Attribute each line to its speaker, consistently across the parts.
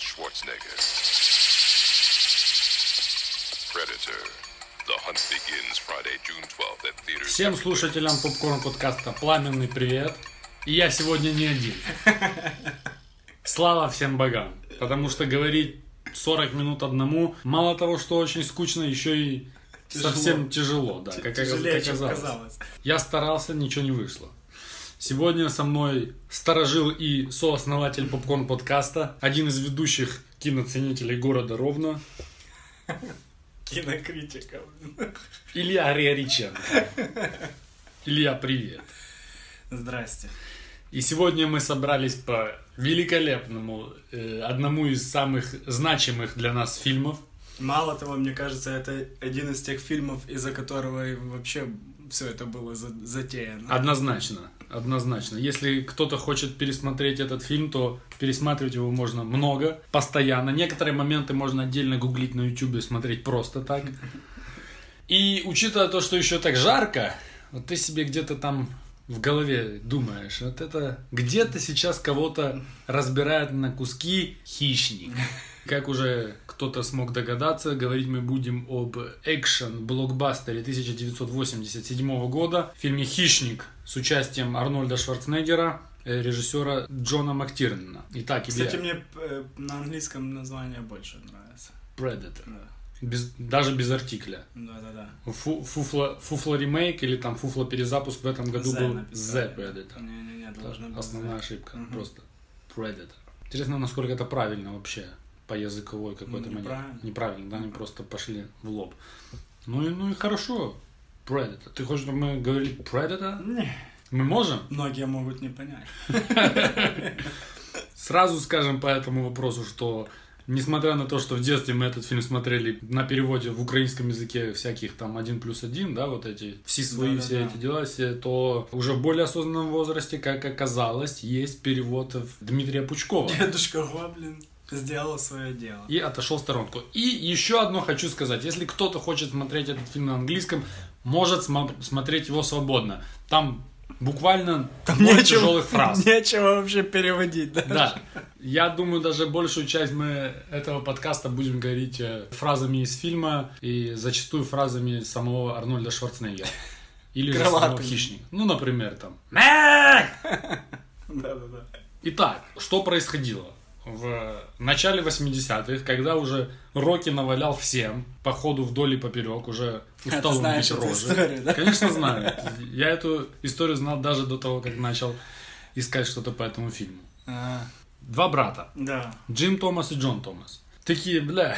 Speaker 1: Schwarzenegger. Predator. The Hunt Begins Friday, June 12th at theaters.
Speaker 2: Всем слушателям попкорн подкаста пламенный привет. И я сегодня не один. Слава всем богам. Потому что говорить 40 минут одному, мало того, что очень скучно, еще и
Speaker 3: Тяжело.
Speaker 2: совсем тяжело. Да, как, оказ-
Speaker 3: Тяжелее,
Speaker 2: как
Speaker 3: чем
Speaker 2: оказалось.
Speaker 3: казалось.
Speaker 2: Я старался, ничего не вышло. Сегодня со мной сторожил и сооснователь попкорн подкаста, один из ведущих киноценителей города Ровно,
Speaker 3: Кинокритиков.
Speaker 2: Илья Риориченко. Илья, привет.
Speaker 3: Здрасте.
Speaker 2: И сегодня мы собрались по великолепному, э, одному из самых значимых для нас фильмов.
Speaker 3: Мало того, мне кажется, это один из тех фильмов, из-за которого и вообще все это было за-
Speaker 2: А
Speaker 3: затеяно.
Speaker 2: Однозначно, однозначно. Если кто-то хочет пересмотреть этот фильм, то пересматривать его можно много, постоянно. Некоторые моменты можно отдельно гуглить на YouTube и смотреть просто так. И учитывая то, что еще так жарко, вот ты себе где-то там в голове думаешь, вот это где-то сейчас кого-то разбирает на куски хищник. Как уже кто-то смог догадаться, говорить мы будем об экшен-блокбастере 1987 года, фильме «Хищник» с участием Арнольда Шварценеггера, э, режиссера Джона Мактирнена. Итак, Илья,
Speaker 3: Кстати, мне э, на английском название больше нравится.
Speaker 2: Predator.
Speaker 3: Да.
Speaker 2: Без- даже без артикля.
Speaker 3: Да-да-да.
Speaker 2: Фу- фуфла, фуфла ремейк или там фуфла перезапуск в этом году
Speaker 3: Z
Speaker 2: был
Speaker 3: написали.
Speaker 2: The Predator.
Speaker 3: Не-не-не, должно быть.
Speaker 2: Основная ошибка.
Speaker 3: Мгм.
Speaker 2: Просто Predator. Интересно, насколько это правильно вообще по языковой какой-то
Speaker 3: Ну,
Speaker 2: манере.
Speaker 3: неправильно.
Speaker 2: Неправильно, да, они просто пошли в лоб. Ну и, ну и хорошо. Predator. Ты хочешь, чтобы мы говорили Predator?
Speaker 3: Не,
Speaker 2: Мы можем?
Speaker 3: Многие могут не понять.
Speaker 2: Сразу скажем по этому вопросу, что несмотря на то, что в детстве мы этот фильм смотрели на переводе в украинском языке всяких там один плюс один, да, вот эти все свои,
Speaker 3: Да-да-да.
Speaker 2: все эти дела, все, то уже в более осознанном возрасте, как оказалось, есть перевод в Дмитрия Пучкова.
Speaker 3: Дедушка Гоблин сделал свое дело.
Speaker 2: И отошел в сторонку. И еще одно хочу сказать. Если кто-то хочет смотреть этот фильм на английском, может сма- смотреть его свободно. Там буквально ноль тяжелых фраз.
Speaker 3: Нечего вообще переводить, да?
Speaker 2: Да. Я думаю, даже большую часть мы этого подкаста будем говорить э, фразами из фильма и зачастую фразами самого Арнольда Шварценеггера. Или же самого
Speaker 3: Крылатыми.
Speaker 2: хищника. Ну, например, там.
Speaker 3: Да-да-да.
Speaker 2: Итак, что происходило? В начале 80-х, когда уже Рокки навалял всем, по ходу вдоль и поперек, уже
Speaker 3: А,
Speaker 2: устал
Speaker 3: ты
Speaker 2: он
Speaker 3: знаешь
Speaker 2: бить
Speaker 3: эту
Speaker 2: рожи.
Speaker 3: историю, да?
Speaker 2: Конечно, знаю. Я эту историю знал даже до того, как начал искать что-то по этому фильму.
Speaker 3: А,
Speaker 2: Два брата.
Speaker 3: Да.
Speaker 2: Джим Томас и Джон Томас. Такие, бля,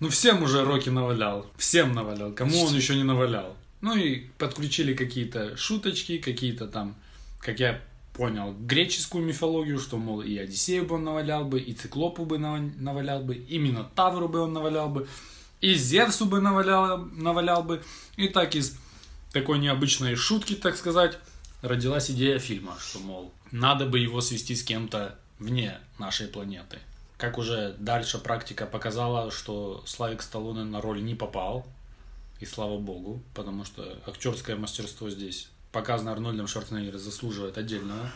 Speaker 2: ну всем уже Рокки навалял. Всем навалял. Кому он еще не навалял? Ну и подключили какие-то шуточки, какие-то там, как я понял, греческую мифологию, что, мол, и Одиссею бы он навалял бы, и Циклопу бы нава- навалял бы, и Минотавру бы он навалял бы, и Зевсу бы навалял, навалял бы. И так из такой необычной шутки, так сказать, родилась идея фильма, что, мол, надо бы его свести с кем-то вне нашей планеты. Как уже дальше практика показала, что Славик Сталлоне на роль не попал, и слава богу, потому что актерское мастерство здесь показано Арнольдом Шварценеггером заслуживает отдельного.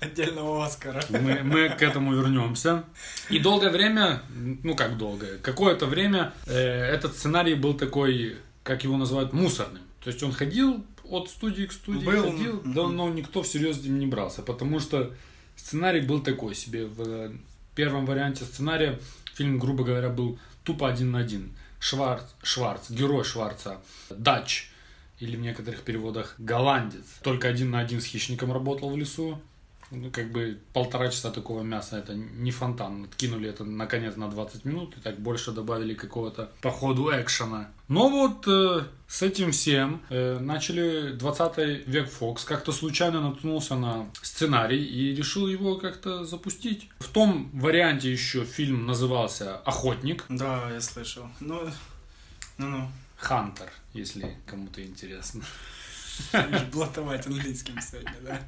Speaker 3: Отдельного Оскара.
Speaker 2: Мы, мы к этому вернемся. И долгое время, ну как долгое, какое-то время э, этот сценарий был такой, как его называют, мусорным. То есть он ходил от студии к студии,
Speaker 3: Был,
Speaker 2: ходил,
Speaker 3: ну,
Speaker 2: да,
Speaker 3: мгм.
Speaker 2: но никто всерьез им не брался, потому что сценарий был такой себе. В э, первом варианте сценария фильм, грубо говоря, был тупо один на один. Шварц, Шварц, герой Шварца, Дач, или в некоторых переводах голландец. Только один на один с хищником работал в лесу. Ну, как бы полтора часа такого мяса, это не фонтан. Откинули это наконец на 20 минут и так больше добавили какого-то по ходу экшена. Но вот э, с этим всем э, начали 20 век Фокс. Как-то случайно наткнулся на сценарий и решил его как-то запустить. В том варианте еще фильм назывался «Охотник».
Speaker 3: Да, я слышал. Ну, ну,
Speaker 2: «Хантер», если кому-то интересно.
Speaker 3: ну, будешь блатовать английским сегодня, да?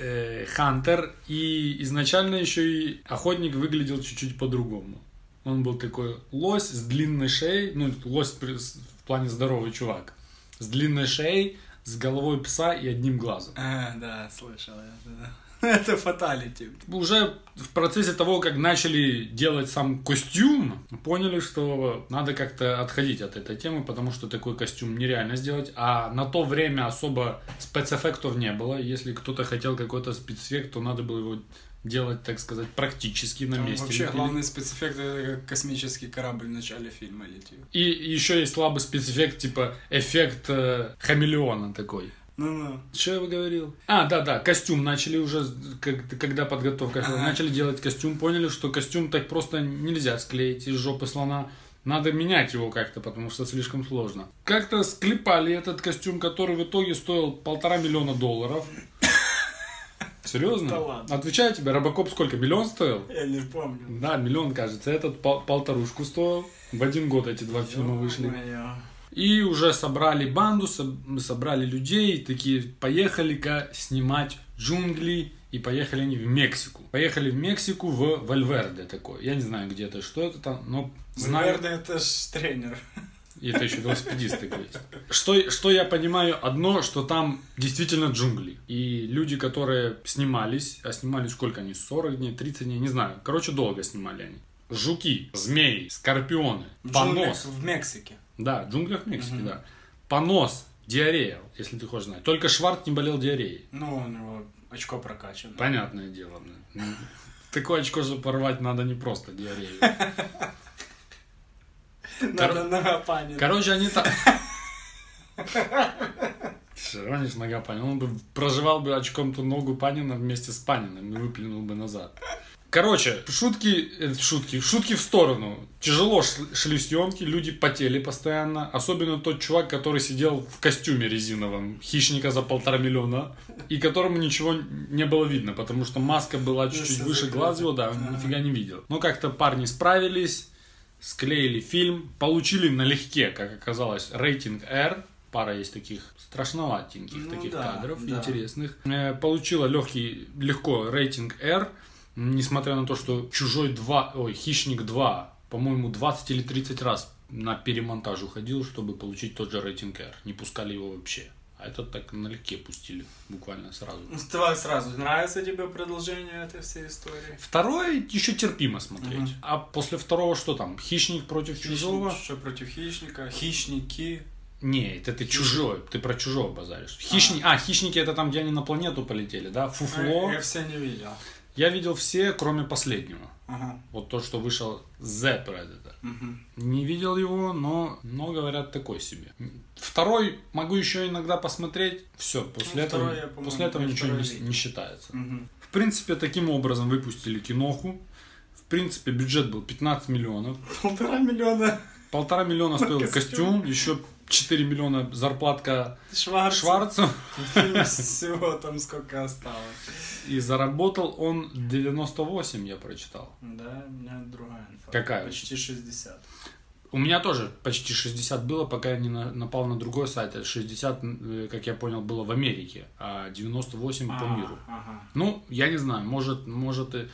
Speaker 2: э, Хантер, и изначально еще и охотник выглядел чуть-чуть по-другому. Он был такой лось с длинной шеей, ну, лось при- с- в плане здоровый чувак, с длинной шеей, с головой пса и одним глазом.
Speaker 3: А, да, слышал я, да. Это фаталити.
Speaker 2: Уже в процессе того, как начали делать сам костюм, поняли, что надо как-то отходить от этой темы, потому что такой костюм нереально сделать. А на то время особо спецэффектов не было. Если кто-то хотел какой-то спецэффект, то надо было его делать, так сказать, практически на
Speaker 3: Там
Speaker 2: месте.
Speaker 3: вообще
Speaker 2: лепили.
Speaker 3: главный спецэффект это как космический корабль в начале фильма летит.
Speaker 2: И еще есть слабый спецэффект, типа эффект э, хамелеона такой.
Speaker 3: Ну-ну.
Speaker 2: Что я говорил? А, да, да, костюм начали уже, с- как- когда подготовка, шла,
Speaker 3: Ага.
Speaker 2: начали делать костюм, поняли, что костюм так просто нельзя склеить из жопы слона. Надо менять его как-то, потому что слишком сложно. Как-то склепали этот костюм, который в итоге стоил полтора миллиона долларов. Серьезно?
Speaker 3: Да ладно.
Speaker 2: Отвечаю тебе, Робокоп сколько? Миллион стоил?
Speaker 3: Я не помню.
Speaker 2: Да, миллион, кажется. Этот пол- полторушку стоил. В один год эти два фильма вышли.
Speaker 3: Ё-моё.
Speaker 2: И уже собрали банду, соб- собрали людей, такие поехали-ка снимать джунгли. И поехали они в Мексику. Поехали в Мексику в Вальверде такой. Я не знаю, где это, что это там, но знаю.
Speaker 3: Ну, Наверное, это ж тренер.
Speaker 2: И это еще велосипедист такой. есть. Что, что я понимаю, одно, что там действительно джунгли. И люди, которые снимались, а снимали сколько они, 40 дней, 30 дней, не знаю. Короче, долго снимали они. Жуки, змеи, скорпионы,
Speaker 3: В джунглях
Speaker 2: понос.
Speaker 3: В Мексике.
Speaker 2: Да, в джунглях Мексики, да. Понос, диарея, если ты хочешь знать. Только Шварц не болел диареей.
Speaker 3: Ну, у него очко прокачано.
Speaker 2: Понятное дело. блин. Ну, Такое очко же порвать надо не просто диарею.
Speaker 3: Надо нога панит.
Speaker 2: Короче, они там... Всё, Ронишь нога Панина. Он бы проживал бы очком ту ногу Панина вместе с Паниным и выплюнул бы назад. Короче, шутки, э, шутки, шутки в сторону. Тяжело шли, шли съемки, люди потели постоянно. Особенно тот чувак, который сидел в костюме резиновом, хищника за полтора миллиона, и которому ничего не было видно, потому что маска была чуть-чуть
Speaker 3: Ну, всё
Speaker 2: выше
Speaker 3: закрыто.
Speaker 2: глаз его, да, он
Speaker 3: Ага.
Speaker 2: нифига не видел. Но как-то парни справились, склеили фильм, получили налегке, как оказалось, рейтинг R. Пара есть таких страшноватеньких
Speaker 3: Ну
Speaker 2: таких
Speaker 3: да,
Speaker 2: кадров,
Speaker 3: да.
Speaker 2: интересных. Э, Получила легкий, легко рейтинг R, несмотря на то, что «Чужой 2», ой, «Хищник 2», по-моему, 20 или 30 раз на перемонтаж уходил, чтобы получить тот же рейтинг R. Не пускали его вообще. А этот так налегке пустили, буквально сразу.
Speaker 3: Ну, Давай сразу. Нравится тебе продолжение этой всей истории?
Speaker 2: Второе еще терпимо смотреть.
Speaker 3: Мгм.
Speaker 2: А после второго что там? Хищник против чужого?
Speaker 3: Хищник, Что против хищника? Хищники.
Speaker 2: Нет, это ты чужой, ты про чужого базаришь. Хищни... А, хищники это там, где они на планету полетели, да? Фуфло.
Speaker 3: А, Я все не видел.
Speaker 2: Я видел все, кроме последнего.
Speaker 3: Ага.
Speaker 2: Вот то, что вышел The Predator.
Speaker 3: Мгм.
Speaker 2: Не видел его, но, но говорят, такой себе. Второй могу еще иногда посмотреть. Все, после
Speaker 3: Ну,
Speaker 2: этого,
Speaker 3: второй я, по-моему,
Speaker 2: после этого
Speaker 3: я
Speaker 2: ничего не,
Speaker 3: второй видел.
Speaker 2: не считается.
Speaker 3: Мгм.
Speaker 2: В принципе, таким образом выпустили киноху. В принципе, бюджет был 15 миллионов.
Speaker 3: Полтора миллиона
Speaker 2: Полтора миллиона стоил
Speaker 3: Костюм.
Speaker 2: костюм, еще 4 миллиона зарплатка
Speaker 3: Шварц.
Speaker 2: Шварцу.
Speaker 3: Фильм Всего там сколько осталось.
Speaker 2: И заработал он 98, я прочитал.
Speaker 3: Да, у меня другая инфа.
Speaker 2: Какая?
Speaker 3: Почти 60.
Speaker 2: У меня тоже почти 60 было, пока я не на- напал на другой сайт. Это 60, э, как я понял, было в Америке, а 98 по
Speaker 3: А,
Speaker 2: миру.
Speaker 3: Ага.
Speaker 2: Ну, я не знаю, может, может и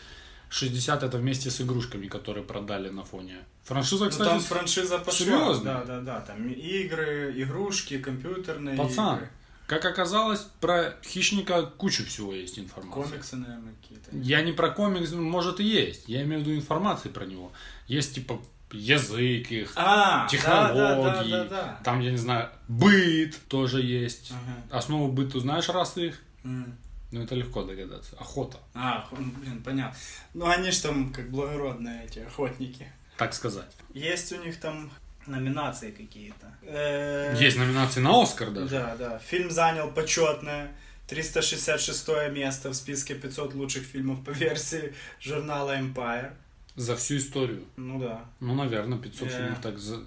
Speaker 2: 60 это вместе с игрушками, которые продали на фоне. Франшиза,
Speaker 3: Ну,
Speaker 2: кстати,
Speaker 3: там
Speaker 2: с-
Speaker 3: франшиза пошла.
Speaker 2: серьезно?
Speaker 3: Да, да, да. Там и игры, игрушки, компьютерные
Speaker 2: пацан.
Speaker 3: игры.
Speaker 2: Как оказалось, про хищника кучу всего есть информации.
Speaker 3: Комиксы, наверное, какие-то.
Speaker 2: Я не про комикс, ну, может и есть. Я имею в виду информации про него. Есть типа язык их,
Speaker 3: А,
Speaker 2: технологии,
Speaker 3: Да, да, да, да, да.
Speaker 2: там, я не знаю, быт тоже есть.
Speaker 3: Ага.
Speaker 2: Основу быта знаешь расы их?
Speaker 3: М.
Speaker 2: Ну, это легко догадаться. Охота,
Speaker 3: А, ху- блин, понятно. Ну, они ж там как благородные эти охотники.
Speaker 2: так сказать.
Speaker 3: Есть у них там номинации какие-то. Э,
Speaker 2: Есть номинации на Оскар даже.
Speaker 3: Да, да. Фильм занял почетное 366 место в списке 500 лучших фильмов по версии журнала Empire.
Speaker 2: За всю историю.
Speaker 3: Ну да.
Speaker 2: Ну, наверное, 500
Speaker 3: Да.
Speaker 2: фильмов так за...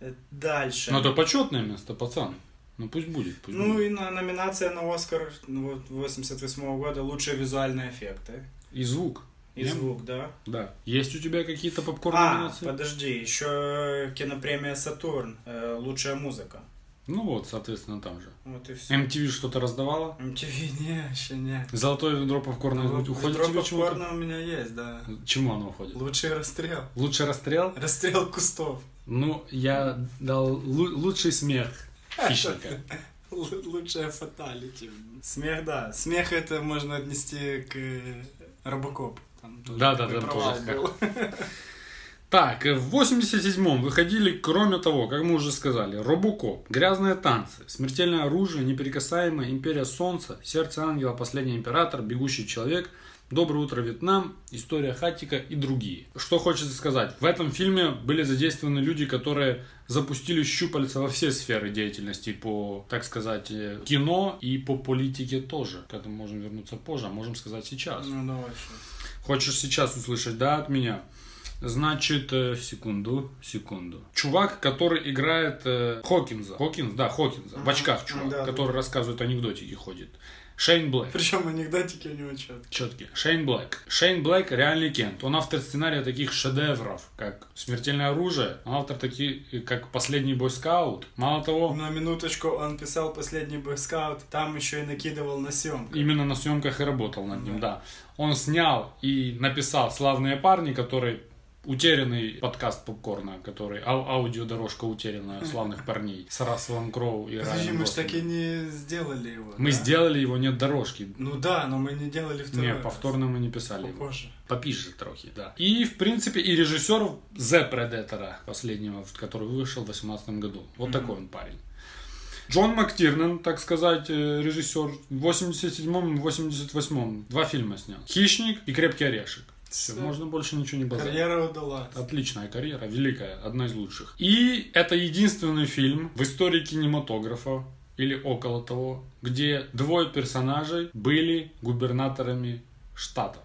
Speaker 3: Э, Дальше.
Speaker 2: Ну, это почетное место, пацан. Ну, пусть будет, пусть
Speaker 3: Ну
Speaker 2: будет.
Speaker 3: и на, номинация на Оскар ну, вот 88 года лучшие визуальные эффекты.
Speaker 2: И звук.
Speaker 3: И
Speaker 2: Я-
Speaker 3: звук, да?
Speaker 2: Да. Есть у тебя какие-то попкорн
Speaker 3: А,
Speaker 2: номинации?
Speaker 3: подожди, еще кинопремия Сатурн, э, лучшая музыка.
Speaker 2: Ну вот, соответственно, там же.
Speaker 3: Вот и все.
Speaker 2: MTV что-то раздавала?
Speaker 3: MTV не, вообще не.
Speaker 2: Золотое ведро попкорна
Speaker 3: Ну,
Speaker 2: уходит
Speaker 3: ведро
Speaker 2: тебе чего-то?
Speaker 3: попкорна у меня есть, да.
Speaker 2: Чему оно уходит?
Speaker 3: Лучший расстрел.
Speaker 2: Лучший расстрел?
Speaker 3: Расстрел кустов.
Speaker 2: Ну, я дал лу- лучший смех хищника.
Speaker 4: Л- Лучшая фаталити.
Speaker 3: Смех, да. Смех это можно отнести к э, Робокоп. Там тоже
Speaker 2: Да-да,
Speaker 3: такой
Speaker 2: там
Speaker 3: провал
Speaker 2: тоже смех.
Speaker 3: был.
Speaker 2: Так, э, в 87-м выходили, кроме того, как мы уже сказали, Робокоп, Грязные танцы, Смертельное оружие, Неприкасаемая, Империя солнца, Сердце ангела, Последний император, Бегущий человек, Доброе утро, Вьетнам, История Хаттика и другие. Что хочется сказать, в этом фильме были задействованы люди, которые запустили щупальца во все сферы деятельности по, так сказать, э, кино и по политике тоже. К этому можем вернуться позже, а можем сказать сейчас.
Speaker 3: Ну, давай щас.
Speaker 2: Хочешь сейчас услышать, да, от меня? Значит, э, секунду, секунду. Чувак, который играет э, Хокинза. Хокинс, да, Хокинза. В
Speaker 3: Мгм.
Speaker 2: очках чувак,
Speaker 3: Да, да.
Speaker 2: который рассказывает анекдотики, ходит. Шейн Блэк.
Speaker 3: Причем анекдотики у него четко.
Speaker 2: Четкий. Шейн Блэк. Шейн Блэк реальный Кент. Он автор сценария таких шедевров, как «Смертельное оружие», он автор таких, как «Последний бойскаут». Мало того,
Speaker 3: На минуточку он писал последний бойскаут, там еще и накидывал на съемку.
Speaker 2: Именно на съемках и работал над ним, да. Он снял и написал «Славные парни», который утерянный подкаст попкорна, который ау- аудиодорожка утерянная славных парней с Расселом Кроу и
Speaker 3: Подожди,
Speaker 2: Райаном
Speaker 3: мы же так и
Speaker 2: Гослингом.
Speaker 3: не сделали его.
Speaker 2: Мы
Speaker 3: да?
Speaker 2: сделали его «Нет дорожки».
Speaker 3: Ну да, но мы не делали второй
Speaker 2: Не,
Speaker 3: раз.
Speaker 2: повторно мы не писали его.
Speaker 3: Попозже.
Speaker 2: Попизже трохи, да. И, в принципе, и режиссер The Predator, последнего, в- который вышел в 18 году. Вот такой он парень. Джон Мактирнан, так сказать, э, режиссер, в 87-м и 88-м два фильма снял. «Хищник» и «Крепкий орешек». Все,
Speaker 3: Всё.
Speaker 2: можно больше ничего не базать.
Speaker 3: Карьера удалась.
Speaker 2: Отличная карьера, великая, одна из лучших. И это единственный фильм в истории кинематографа или около того, где двое персонажей были губернаторами штатов.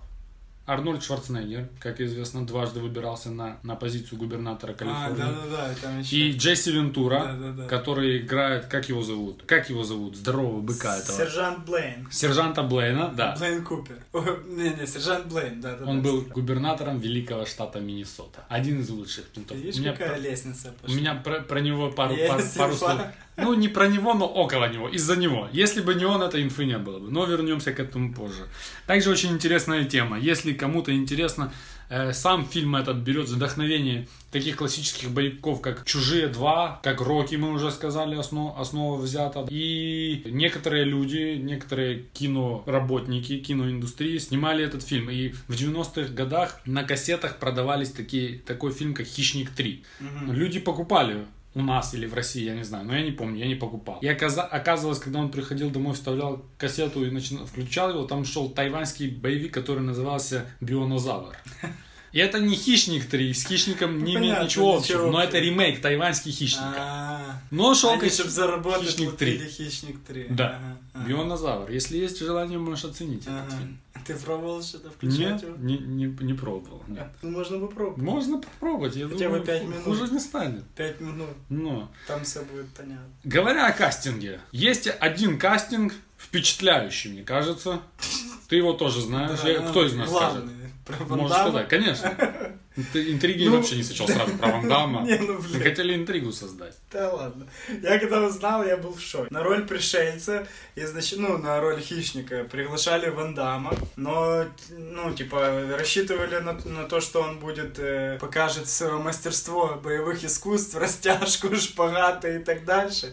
Speaker 2: Арнольд Шварценеггер, как известно, дважды выбирался на, на позицию губернатора
Speaker 3: А,
Speaker 2: Калифорнии.
Speaker 3: да-да-да, там еще.
Speaker 2: И Джесси Вентура,
Speaker 3: Да-да-да.
Speaker 2: который играет, как его зовут? Как его зовут? Здорового быка этого.
Speaker 3: Сержант Блейн.
Speaker 2: Сержанта Блейна, да.
Speaker 3: Блейн Купер. О, Не-не, сержант Блейн, да, да.
Speaker 2: Он был губернатором великого штата Миннесота. Один из лучших кентов.
Speaker 3: Видишь,
Speaker 2: У меня
Speaker 3: какая
Speaker 2: про-
Speaker 3: лестница
Speaker 2: У
Speaker 3: пошла.
Speaker 2: меня про, про него пару,
Speaker 3: Есть
Speaker 2: пар- пару
Speaker 3: инфа.
Speaker 2: слов. Ну, не про него, но около него, из-за него. Если бы не он, этой инфы не было бы. Но вернемся к этому позже. Также очень интересная тема. Если кому-то интересно, э, сам фильм этот берет вдохновение таких классических боевиков, как «Чужие 2», как «Рокки», мы уже сказали, основ- основа взята. И некоторые люди, некоторые киноработники киноиндустрии снимали этот фильм. И в 90-х годах на кассетах продавались такие, такой фильм, как «Хищник 3». Люди покупали у нас или в России, я не знаю, но я не помню, я не покупал. И оказа- оказывалось, когда он приходил домой, вставлял кассету и начи- включал его, там шел тайваньский боевик, который назывался Бионозавр. И это не Хищник 3, с Хищником не
Speaker 3: Ну,
Speaker 2: имеет
Speaker 3: понятно,
Speaker 2: ничего
Speaker 3: ничего
Speaker 2: общего, но это
Speaker 3: общего.
Speaker 2: ремейк тайваньский Хищника.
Speaker 3: А,
Speaker 2: Но шел
Speaker 3: Они, чтобы заработать,
Speaker 2: Хищник
Speaker 3: хищник
Speaker 2: 3.
Speaker 3: 3. Хищник 3.
Speaker 2: Да.
Speaker 3: Ага, ага.
Speaker 2: Бионозавр. Если есть желание, можешь оценить этот
Speaker 3: А. Ага.
Speaker 2: фильм.
Speaker 3: Ты пробовал что-то включать
Speaker 2: Нет,
Speaker 3: его?
Speaker 2: не, не, не пробовал. нет.
Speaker 3: Ну, можно попробовать.
Speaker 2: Можно попробовать, я
Speaker 3: Хотя бы
Speaker 2: думаю,
Speaker 3: пять
Speaker 2: ху-
Speaker 3: минут.
Speaker 2: хуже не станет.
Speaker 3: Пять минут, ну,
Speaker 2: Но
Speaker 3: там все будет понятно.
Speaker 2: Говоря о кастинге, есть один кастинг впечатляющий, мне кажется. Ты его тоже знаешь. Я-
Speaker 3: Да,
Speaker 2: кто из нас скажет?
Speaker 3: главный. Про Ван
Speaker 2: Можешь
Speaker 3: Дамма?
Speaker 2: сказать, конечно. Ты интриги
Speaker 3: Ну,
Speaker 2: вообще не сочел сразу про Ван Дамма.
Speaker 3: Не, ну,
Speaker 2: Мы
Speaker 3: блин.
Speaker 2: хотели интригу создать.
Speaker 3: Да ладно. Я когда узнал, я был в шоке. На роль пришельца, и, значит, ну, на роль хищника приглашали Ван Дамма, но, ну, типа, рассчитывали на, на то, что он будет, э, покажет свое мастерство боевых искусств, растяжку, шпагаты и так дальше.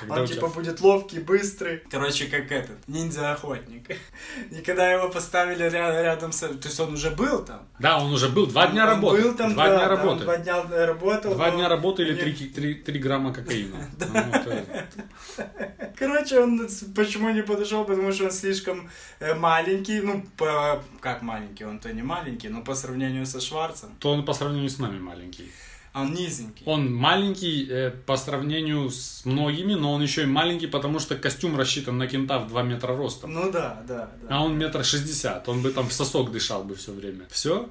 Speaker 2: Когда у
Speaker 3: он,
Speaker 2: тебя-
Speaker 3: типа, будет ловкий, быстрый. Короче, как этот, ниндзя-охотник. И когда его поставили ря- рядом с... То есть он уже был там?
Speaker 2: Да, он уже был. Два дня
Speaker 3: Он
Speaker 2: работы.
Speaker 3: был там,
Speaker 2: Два
Speaker 3: да,
Speaker 2: дня
Speaker 3: да, он
Speaker 2: работы.
Speaker 3: Два дня работал.
Speaker 2: Два
Speaker 3: но
Speaker 2: дня работы или
Speaker 3: не-
Speaker 2: три, три- три грамма кокаина. Ну, вот это.
Speaker 3: Короче, он с- почему не подошел, потому что он слишком э, маленький, ну, по- как маленький, он-то не маленький, но по сравнению со Шварцем, а
Speaker 2: То он по сравнению с нами маленький.
Speaker 3: он низенький.
Speaker 2: Он маленький э, по сравнению с многими, но он еще и маленький, потому что костюм рассчитан на кента в 2 метра ростом.
Speaker 3: Ну да, да, да.
Speaker 2: А он метр шестьдесят, он бы там в сосок дышал бы все время. Все?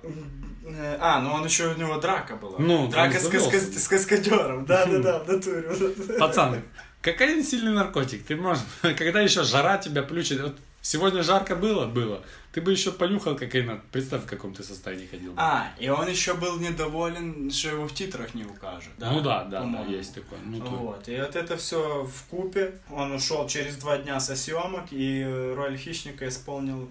Speaker 3: Э, А, ну он еще у него драка была.
Speaker 2: Ну,
Speaker 3: драка
Speaker 2: он
Speaker 3: с, каска-
Speaker 2: завелся.
Speaker 3: с каскадером, да, да, да, в натуре. в натуре.
Speaker 2: Пацаны, кокаин сильный наркотик. Ты можешь, когда еще жара тебя плючит. Вот сегодня жарко было, было. Ты бы еще понюхал кокаина. Представь, в каком ты состоянии ходил. бы.
Speaker 3: А, и он еще был недоволен, что его в титрах не укажут.
Speaker 2: ну да, да, да,
Speaker 3: по-моему.
Speaker 2: есть такое. Ну, то-
Speaker 3: Вот, и вот это все в купе. Он ушел через два дня со съемок, и э, роль хищника исполнил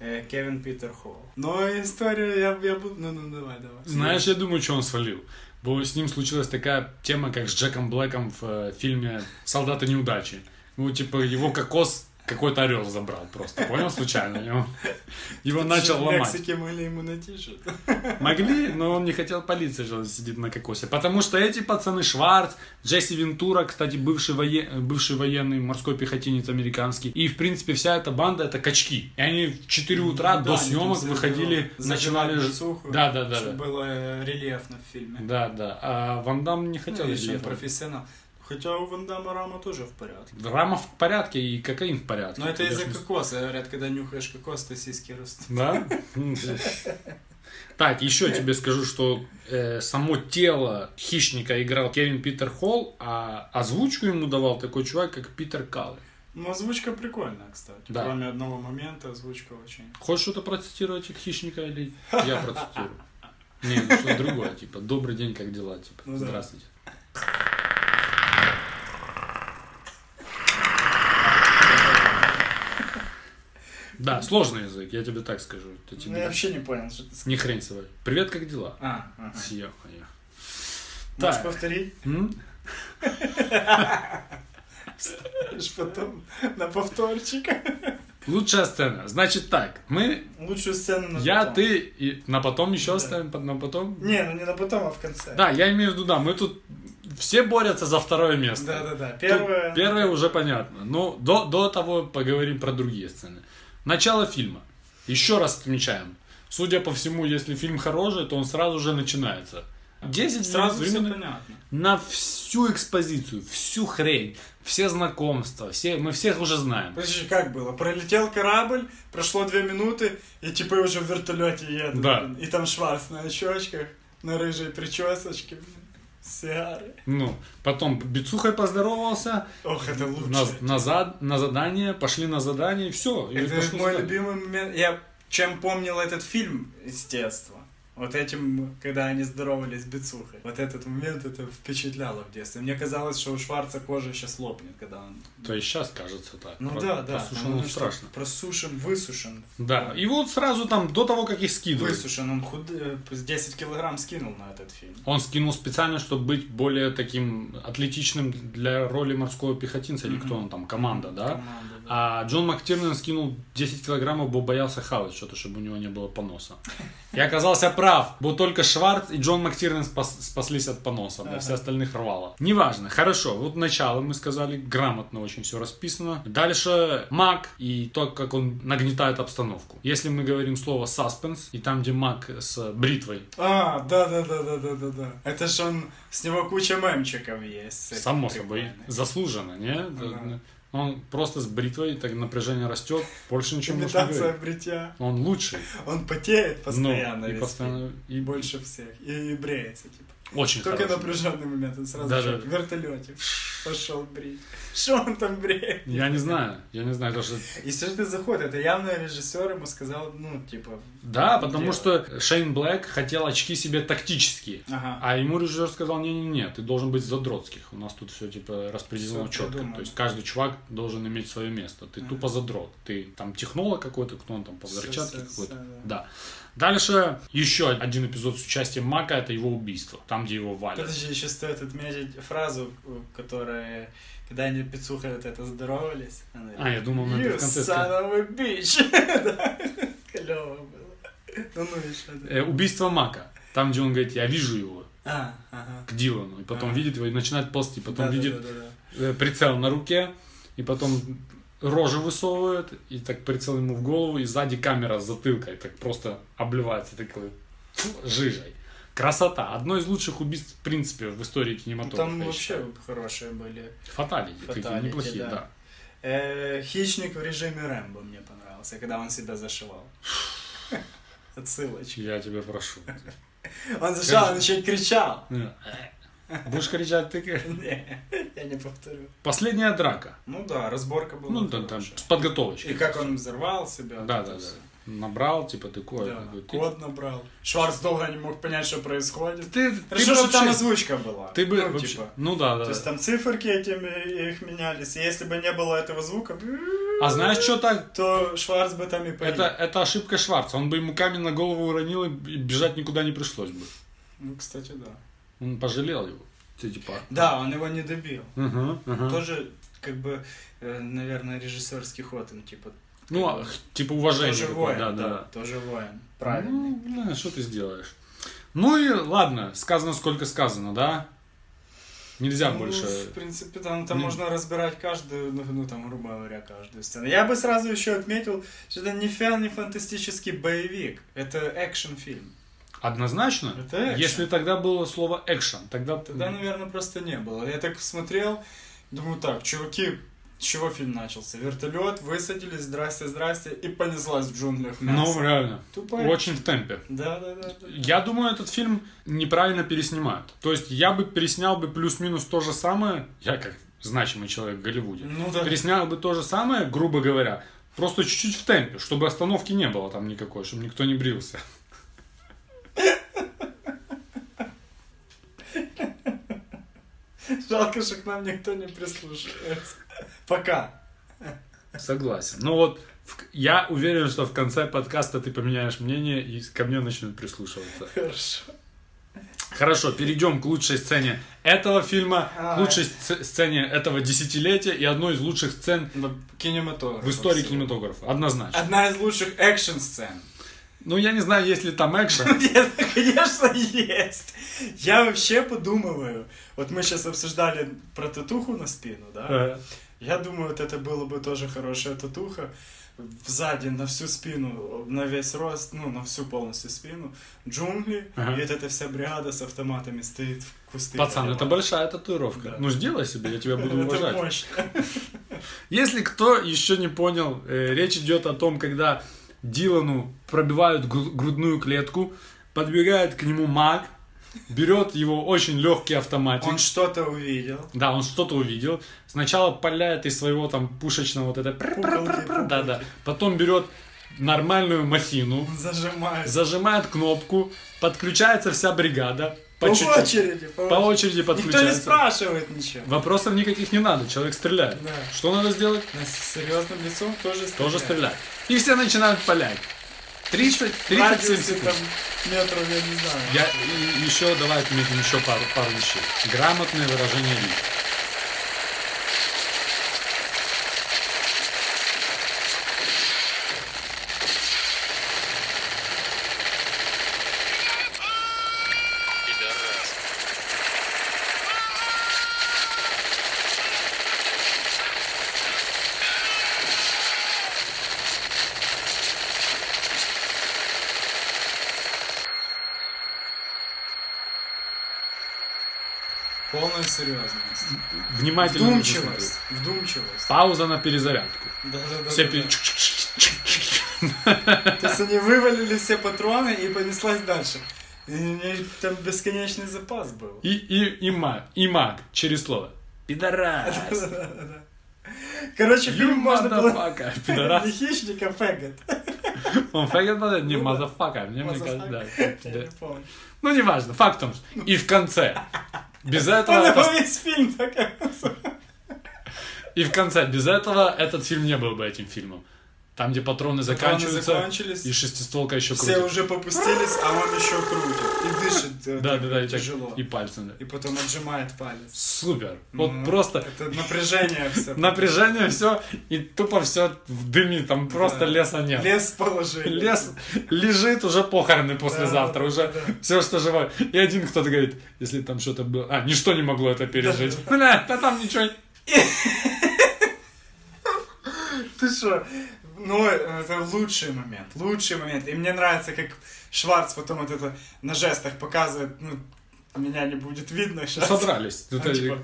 Speaker 3: э, Кевин Питер Холл. Но историю я, я буду... Ну, ну, давай, давай.
Speaker 2: Знаешь, я думаю, что он свалил. Бо с ним случилась такая тема, как с Джеком Блэком в э, фильме «Солдаты неудачи», Ну, типа, его кокос какой-то орел забрал просто, понял, случайно. И он- Его начал
Speaker 3: в
Speaker 2: ломать.
Speaker 3: Мексике мыли ему на тиши.
Speaker 2: Могли, но он не хотел полиции, что он сидит на кокосе. Потому что эти пацаны Шварц, Джесси Вентура, кстати, бывший, вое- э, бывший военный морской пехотинец американский. И, в принципе, вся эта банда это качки. И они в 4 утра
Speaker 3: Ну да,
Speaker 2: до
Speaker 3: они там ну,
Speaker 2: съемок выходили,
Speaker 3: забивали-
Speaker 2: начинали...
Speaker 3: забивали
Speaker 2: ж-
Speaker 3: бицуху,
Speaker 2: Да, да, да.
Speaker 3: Чтобы
Speaker 2: да.
Speaker 3: было э, рельефно в фильме.
Speaker 2: Да, да. А Ван Дам не хотел
Speaker 3: Видишь, он
Speaker 2: рельефа.
Speaker 3: профессионал. Хотя у Ван Дамма рама тоже в порядке.
Speaker 2: Рама в порядке и кокаин в порядке.
Speaker 3: Но это
Speaker 2: Ты
Speaker 3: из-за
Speaker 2: даже не
Speaker 3: кокоса. Говорят, когда нюхаешь кокос, то сиськи растут.
Speaker 2: Да? Так, еще тебе скажу, что э, само тело хищника играл Кевин Питер Холл, а озвучку ему давал такой чувак, как Питер Каллы.
Speaker 3: Ну, озвучка прикольная, кстати.
Speaker 2: Да.
Speaker 3: Кроме одного момента, озвучка очень...
Speaker 2: Хочешь что-то процитировать от хищника или я процитирую? Не, ну что другое, типа, добрый день, как дела, типа,
Speaker 3: Ну да.
Speaker 2: здравствуйте. Да, сложный язык, я тебе так скажу. Это
Speaker 3: Ну, я
Speaker 2: тебе
Speaker 3: вообще не понял, что ты сказал.
Speaker 2: ни хрень свою. Привет, как дела?
Speaker 3: А, ага.
Speaker 2: Съехали.
Speaker 3: Можешь
Speaker 2: Так.
Speaker 3: повторить?
Speaker 2: М?
Speaker 3: Аж потом на повторчик.
Speaker 2: Лучшая сцена. Значит так, мы,
Speaker 3: Лучшую сцену на
Speaker 2: я,
Speaker 3: потом.
Speaker 2: ты и на потом еще
Speaker 3: Да.
Speaker 2: оставим, под- на потом.
Speaker 3: Не, ну не на потом, а в конце.
Speaker 2: Да, я имею в виду, да, мы тут все борются за второе место.
Speaker 3: Да, да, да.
Speaker 2: Тут
Speaker 3: Первое.
Speaker 2: первое уже понятно. Ну, до, до того поговорим про другие сцены. Начало фильма. Еще раз отмечаем. Судя по всему, если фильм хороший, то он сразу же начинается. 10
Speaker 3: Сразу все
Speaker 2: времени-
Speaker 3: Ну, понятно.
Speaker 2: на всю экспозицию, всю хрень, все знакомства, все, мы всех уже знаем.
Speaker 3: Подожди, как было? Пролетел корабль, прошло две минуты, и типа уже в вертолете едут.
Speaker 2: Да.
Speaker 3: блин. И там Шварц на очочках, на рыжей причесочке, блин, с сигарой.
Speaker 2: Ну, потом бицухой поздоровался,
Speaker 3: Ох, это лучше.
Speaker 2: на, на зад- на задание, пошли на задание, и все.
Speaker 3: Это мой любимый момент. Я чем помнил этот фильм с детства. Вот этим, когда они здоровались с бицухой. Вот этот момент это впечатляло в детстве. Мне казалось, что у Шварца кожа сейчас лопнет, когда он...
Speaker 2: То есть сейчас кажется так.
Speaker 3: Ну
Speaker 2: Про-
Speaker 3: да, да.
Speaker 2: Прослушан
Speaker 3: Ну,
Speaker 2: он
Speaker 3: ну что,
Speaker 2: страшно.
Speaker 3: Просушен, высушен.
Speaker 2: Да, и вот сразу там, до того, как их скидывают,
Speaker 3: Высушен, он худ... э, 10 килограмм скинул на этот фильм.
Speaker 2: он скинул специально, чтобы быть более таким атлетичным для роли морского пехотинца, или
Speaker 3: Мгм.
Speaker 2: кто он там, команда, да?
Speaker 3: Команда, да.
Speaker 2: А Джон Мактирнан скинул 10 килограммов, бо боялся хавать что-то, чтобы у него не было поноса. И оказался прав, бо только Шварц и Джон Мактирнан спас- спаслись от поноса, а
Speaker 3: Ага.
Speaker 2: все остальных рвало. Неважно, хорошо, вот начало мы сказали, грамотно очень все расписано. Дальше Мак и то, как он нагнетает обстановку. Если мы говорим слово «саспенс», и там, где Мак с бритвой,
Speaker 3: А, да, да, да, да, да, да, да. Это ж он, с него куча мемчиков есть.
Speaker 2: само собой,
Speaker 3: Прикольные.
Speaker 2: заслуженно, не?
Speaker 3: Ага.
Speaker 2: Он просто с бритвой, так напряжение растет, больше ничего не нужно
Speaker 3: Имитация
Speaker 2: говорить.
Speaker 3: бритья.
Speaker 2: Он лучший.
Speaker 3: Он потеет
Speaker 2: Ну,
Speaker 3: постоянно.
Speaker 2: и
Speaker 3: весь
Speaker 2: постоянно- и
Speaker 3: фильм. Больше всех. И, и бреется, типа.
Speaker 2: Очень
Speaker 3: Только
Speaker 2: хороший.
Speaker 3: напряженный момент, он сразу
Speaker 2: Да,
Speaker 3: же
Speaker 2: да.
Speaker 3: в вертолете пошел брить. Что он там бреет?
Speaker 2: Я не знаю, я не знаю, потому что...
Speaker 3: Если же ты заход, это явно режиссер ему сказал, ну, типа...
Speaker 2: Да, потому
Speaker 3: делай.
Speaker 2: что Шейн Блэк хотел очки себе тактические.
Speaker 3: Ага.
Speaker 2: А ему режиссер сказал, не-не-не, ты должен быть задротских. У нас тут все типа распределено
Speaker 3: Всё
Speaker 2: четко.
Speaker 3: придумано.
Speaker 2: То есть каждый чувак должен иметь свое место. Ты
Speaker 3: Ага.
Speaker 2: тупо задрот. Ты там технолог какой-то, кто он там по
Speaker 3: Всё,
Speaker 2: взрывчатке
Speaker 3: всё,
Speaker 2: какой-то.
Speaker 3: всё, да.
Speaker 2: Да. Дальше еще один эпизод с участием Мака, это его убийство. Там, где его валят.
Speaker 3: Подожди, еще стоит отметить фразу, которая... Когда они пиццухой вот это здоровались. она
Speaker 2: А, я думал, надо
Speaker 3: You
Speaker 2: в конце
Speaker 3: son
Speaker 2: сказать.
Speaker 3: of a bitch. Да. Клево было. Ну, ну и что ты?
Speaker 2: Э, убийство Мака. Там, где он говорит, я вижу его
Speaker 3: А, ага.
Speaker 2: к Дилану. И потом
Speaker 3: Ага.
Speaker 2: видит его и начинает ползти. Потом
Speaker 3: Да-да-да-да-да.
Speaker 2: видит э, прицел на руке, и потом рожу высовывают, и так прицел ему в голову, и сзади камера с затылкой так просто обливается такой фу, жижей. Красота. Одно из лучших убийств, в принципе, в истории
Speaker 3: Ну,
Speaker 2: кинематографа.
Speaker 3: Там
Speaker 2: я
Speaker 3: вообще
Speaker 2: считаю.
Speaker 3: хорошие были.
Speaker 2: Фаталити, такие
Speaker 3: Фаталити,
Speaker 2: неплохие,
Speaker 3: да.
Speaker 2: да.
Speaker 3: Э, Хищник в режиме Рэмбо мне понравился, когда он себя зашивал. Отсылочка.
Speaker 2: Я тебя прошу.
Speaker 3: Он зашивал, он еще и кричал.
Speaker 2: Будешь кричать, ты...
Speaker 3: Не, я не повторю.
Speaker 2: Последняя драка.
Speaker 3: Ну да, разборка была.
Speaker 2: Ну, там, там,
Speaker 3: хорошая.
Speaker 2: с подготовочкой.
Speaker 3: И как он взорвал себя. вот
Speaker 2: Да,
Speaker 3: это
Speaker 2: да, да.
Speaker 3: всё.
Speaker 2: Набрал, типа, ты кое-
Speaker 3: Да,
Speaker 2: такой, ты-
Speaker 3: код набрал. Шварц долго не мог понять, что происходит.
Speaker 2: Ты, ты
Speaker 3: Хорошо,
Speaker 2: бы
Speaker 3: что там
Speaker 2: вообще-
Speaker 3: озвучка была.
Speaker 2: Ты бы...
Speaker 3: Ну,
Speaker 2: вообще-
Speaker 3: типа.
Speaker 2: Ну, да, да.
Speaker 3: То
Speaker 2: да.
Speaker 3: есть там циферки этими их менялись. И если бы не было этого звука,
Speaker 2: А знаешь, что так
Speaker 3: то Шварц бы там и поехал.
Speaker 2: Это, это ошибка Шварца. Он бы ему камень на голову уронил и б- и бежать никуда не пришлось бы.
Speaker 3: Ну, кстати, да.
Speaker 2: Он пожалел его. Тетти Парк.
Speaker 3: Да, он его не добил.
Speaker 2: Мгм, мгм.
Speaker 3: типа. Тоже, как бы, э, наверное, режиссерский ход, ну, типа,
Speaker 2: Ну, а, х- типа уважение.
Speaker 3: тоже
Speaker 2: какое,
Speaker 3: воин,
Speaker 2: да, да.
Speaker 3: тоже воин, правильный.
Speaker 2: Ну, блин, что ты сделаешь? Ну и ладно, сказано сколько сказано, да? Нельзя
Speaker 3: Ну,
Speaker 2: больше.
Speaker 3: В принципе, там, там
Speaker 2: Не-
Speaker 3: можно разбирать каждую, ну, ну, там, грубо говоря, каждую сцену. Я бы сразу еще отметил, что это не фен, не фантастический боевик. Это экшн-фильм.
Speaker 2: Однозначно.
Speaker 3: Это экшен.
Speaker 2: Если тогда было слово экшен, тогда... Ну,
Speaker 3: Тогда, наверное, просто не было. Я так смотрел, думаю, так, чуваки, с чего фильм начался? Вертолет, высадились, здрасте, здрасте, и понеслась в джунглях мясо.
Speaker 2: Ну, реально.
Speaker 3: Тупо.
Speaker 2: Очень в темпе.
Speaker 3: Да, да, да. да.
Speaker 2: Я думаю, этот фильм неправильно переснимают. То есть я бы переснял бы плюс-минус то же самое, я как значимый человек в Голливуде,
Speaker 3: Ну да.
Speaker 2: переснял бы то же самое, грубо говоря, просто чуть-чуть в темпе, чтобы остановки не было там никакой, чтобы никто не брился.
Speaker 3: Жалко, что к нам никто не прислушивается. Пока.
Speaker 2: Согласен. Ну вот, в- я уверен, что в конце подкаста ты поменяешь мнение и ко мне начнут прислушиваться.
Speaker 3: Хорошо.
Speaker 2: Хорошо, перейдем к лучшей сцене этого фильма, к
Speaker 3: Ай.
Speaker 2: лучшей сц- сцене этого десятилетия и одной из лучших сцен
Speaker 3: Ну, Кинематограф.
Speaker 2: в истории
Speaker 3: всего.
Speaker 2: кинематографа. Однозначно.
Speaker 3: Одна из лучших экшн-сцен.
Speaker 2: Ну, я не знаю, есть ли там экшен.
Speaker 3: Нет, конечно, есть. Я вообще подумываю. Вот мы сейчас обсуждали про татуху на спину, да?
Speaker 2: Э,
Speaker 3: Я думаю, вот это было бы тоже хорошая татуха. Сзади на всю спину, на весь рост, ну, на всю полностью спину. Джунгли,
Speaker 2: Ага.
Speaker 3: и вот эта вся бригада с автоматами стоит в кусты.
Speaker 2: Пацан, это
Speaker 3: Это
Speaker 2: большая татуировка.
Speaker 3: Да.
Speaker 2: Ну, сделай себе, я тебя буду уважать.
Speaker 3: мощно.
Speaker 2: Если кто еще не понял, э, речь идет о том, когда Дилану пробивают гру- грудную клетку, подбегает к нему маг, берет его очень легкий автоматик.
Speaker 3: Он что-то увидел.
Speaker 2: Да, он что-то увидел. Сначала паляет из своего там пушечного вот это...
Speaker 3: пуколки.
Speaker 2: Да, да. Потом берет нормальную махину,
Speaker 3: Он зажимает.
Speaker 2: зажимает кнопку, подключается вся бригада.
Speaker 3: По
Speaker 2: чуть-чуть.
Speaker 3: очереди,
Speaker 2: По очереди
Speaker 3: Никто не
Speaker 2: подключается.
Speaker 3: спрашивает ничего.
Speaker 2: Вопросов никаких не надо, человек стреляет.
Speaker 3: Да.
Speaker 2: Что надо сделать?
Speaker 3: Но с серьезным лицом тоже стреляет.
Speaker 2: Тоже стрелять. И все начинают палять. 30, 37
Speaker 3: радиусе
Speaker 2: секунд.
Speaker 3: там метров, я не знаю.
Speaker 2: Я и- еще, давай отметим еще пару, пару вещей. Грамотное выражение лиц.
Speaker 3: Полная серьезность.
Speaker 2: Внимательно. нужно
Speaker 3: Вдумчивость.
Speaker 2: смотреть.
Speaker 3: Вдумчивость.
Speaker 2: Пауза на перезарядку.
Speaker 3: Да, да, да.
Speaker 2: Все
Speaker 3: да,
Speaker 2: пере-
Speaker 3: да.
Speaker 2: чик-чик-чик-чик-чик.
Speaker 3: То есть они вывалили все патроны и понеслась дальше. И у нее там бесконечный запас был.
Speaker 2: И, и, и маг, и маг, через слово. Пидорас.
Speaker 3: Да-да-да. Короче,
Speaker 2: You
Speaker 3: фильм можно было...
Speaker 2: motherfucker, пидорас.
Speaker 3: Не хищник, а фэгот.
Speaker 2: Он фэгет падает? Не,
Speaker 3: Ну да.
Speaker 2: мазафака. Мне мне кажется, да.
Speaker 3: Я не
Speaker 2: Да.
Speaker 3: помню.
Speaker 2: Ну, неважно. Факт в том, что и в конце. Без этого...
Speaker 3: Он
Speaker 2: это-
Speaker 3: его весь фильм так
Speaker 2: И в конце, без этого этот фильм не был бы этим фильмом. Там, где патроны заканчиваются,
Speaker 3: закончились.
Speaker 2: и шестистволка еще крутит.
Speaker 3: Все уже попустились, а он еще крутит. И дышит э,
Speaker 2: Да,
Speaker 3: так
Speaker 2: да, да, и, так-
Speaker 3: тяжело.
Speaker 2: и пальцем.
Speaker 3: И потом отжимает палец.
Speaker 2: Супер. Вот
Speaker 3: Ну,
Speaker 2: просто
Speaker 3: Это напряжение все.
Speaker 2: напряжение все, и тупо все в дыме, там просто
Speaker 3: Да.
Speaker 2: леса нет.
Speaker 3: Лес положили.
Speaker 2: Лес лежит уже похороны послезавтра,
Speaker 3: да,
Speaker 2: уже
Speaker 3: да.
Speaker 2: все, что живое. И один кто-то говорит, если там что-то было... А, ничто не могло это пережить. Бля, да там ничего... не-
Speaker 3: Ты что? Ну, это лучший момент, лучший момент. И мне нравится, как Шварц потом вот это на жестах показывает, ну, меня не будет видно сейчас.
Speaker 2: Содрались.
Speaker 3: Он
Speaker 2: Тут эти-
Speaker 3: типа,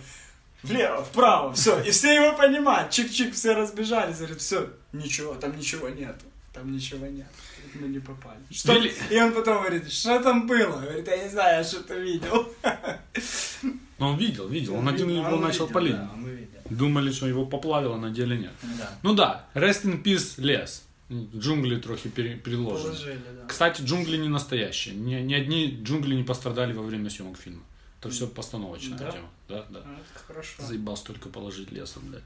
Speaker 3: влево, вправо, все. И все его понимают. Чик-чик, все разбежались. Говорит, все, ничего, там ничего нету. Там ничего нет. Мы не попали. Что...
Speaker 2: Или-
Speaker 3: И он потом говорит, что там было? Говорит, я не знаю, я что-то видел.
Speaker 2: Но он видел, видел. Он один
Speaker 3: Видно,
Speaker 2: его
Speaker 3: он
Speaker 2: начал
Speaker 3: видел,
Speaker 2: палить.
Speaker 3: да, он видел.
Speaker 2: Думали, что его поплавило, на деле нет.
Speaker 3: Да.
Speaker 2: Ну да, rest in peace лес. Джунгли трохи пере- переложены.
Speaker 3: Положили, да.
Speaker 2: Кстати, джунгли не настоящие. Ни, ни одни джунгли не пострадали во время съемок фильма. Это все постановочная
Speaker 3: Да?
Speaker 2: тема. Да, да.
Speaker 3: Ну, это Хорошо.
Speaker 2: Заебал столько положить леса, блядь.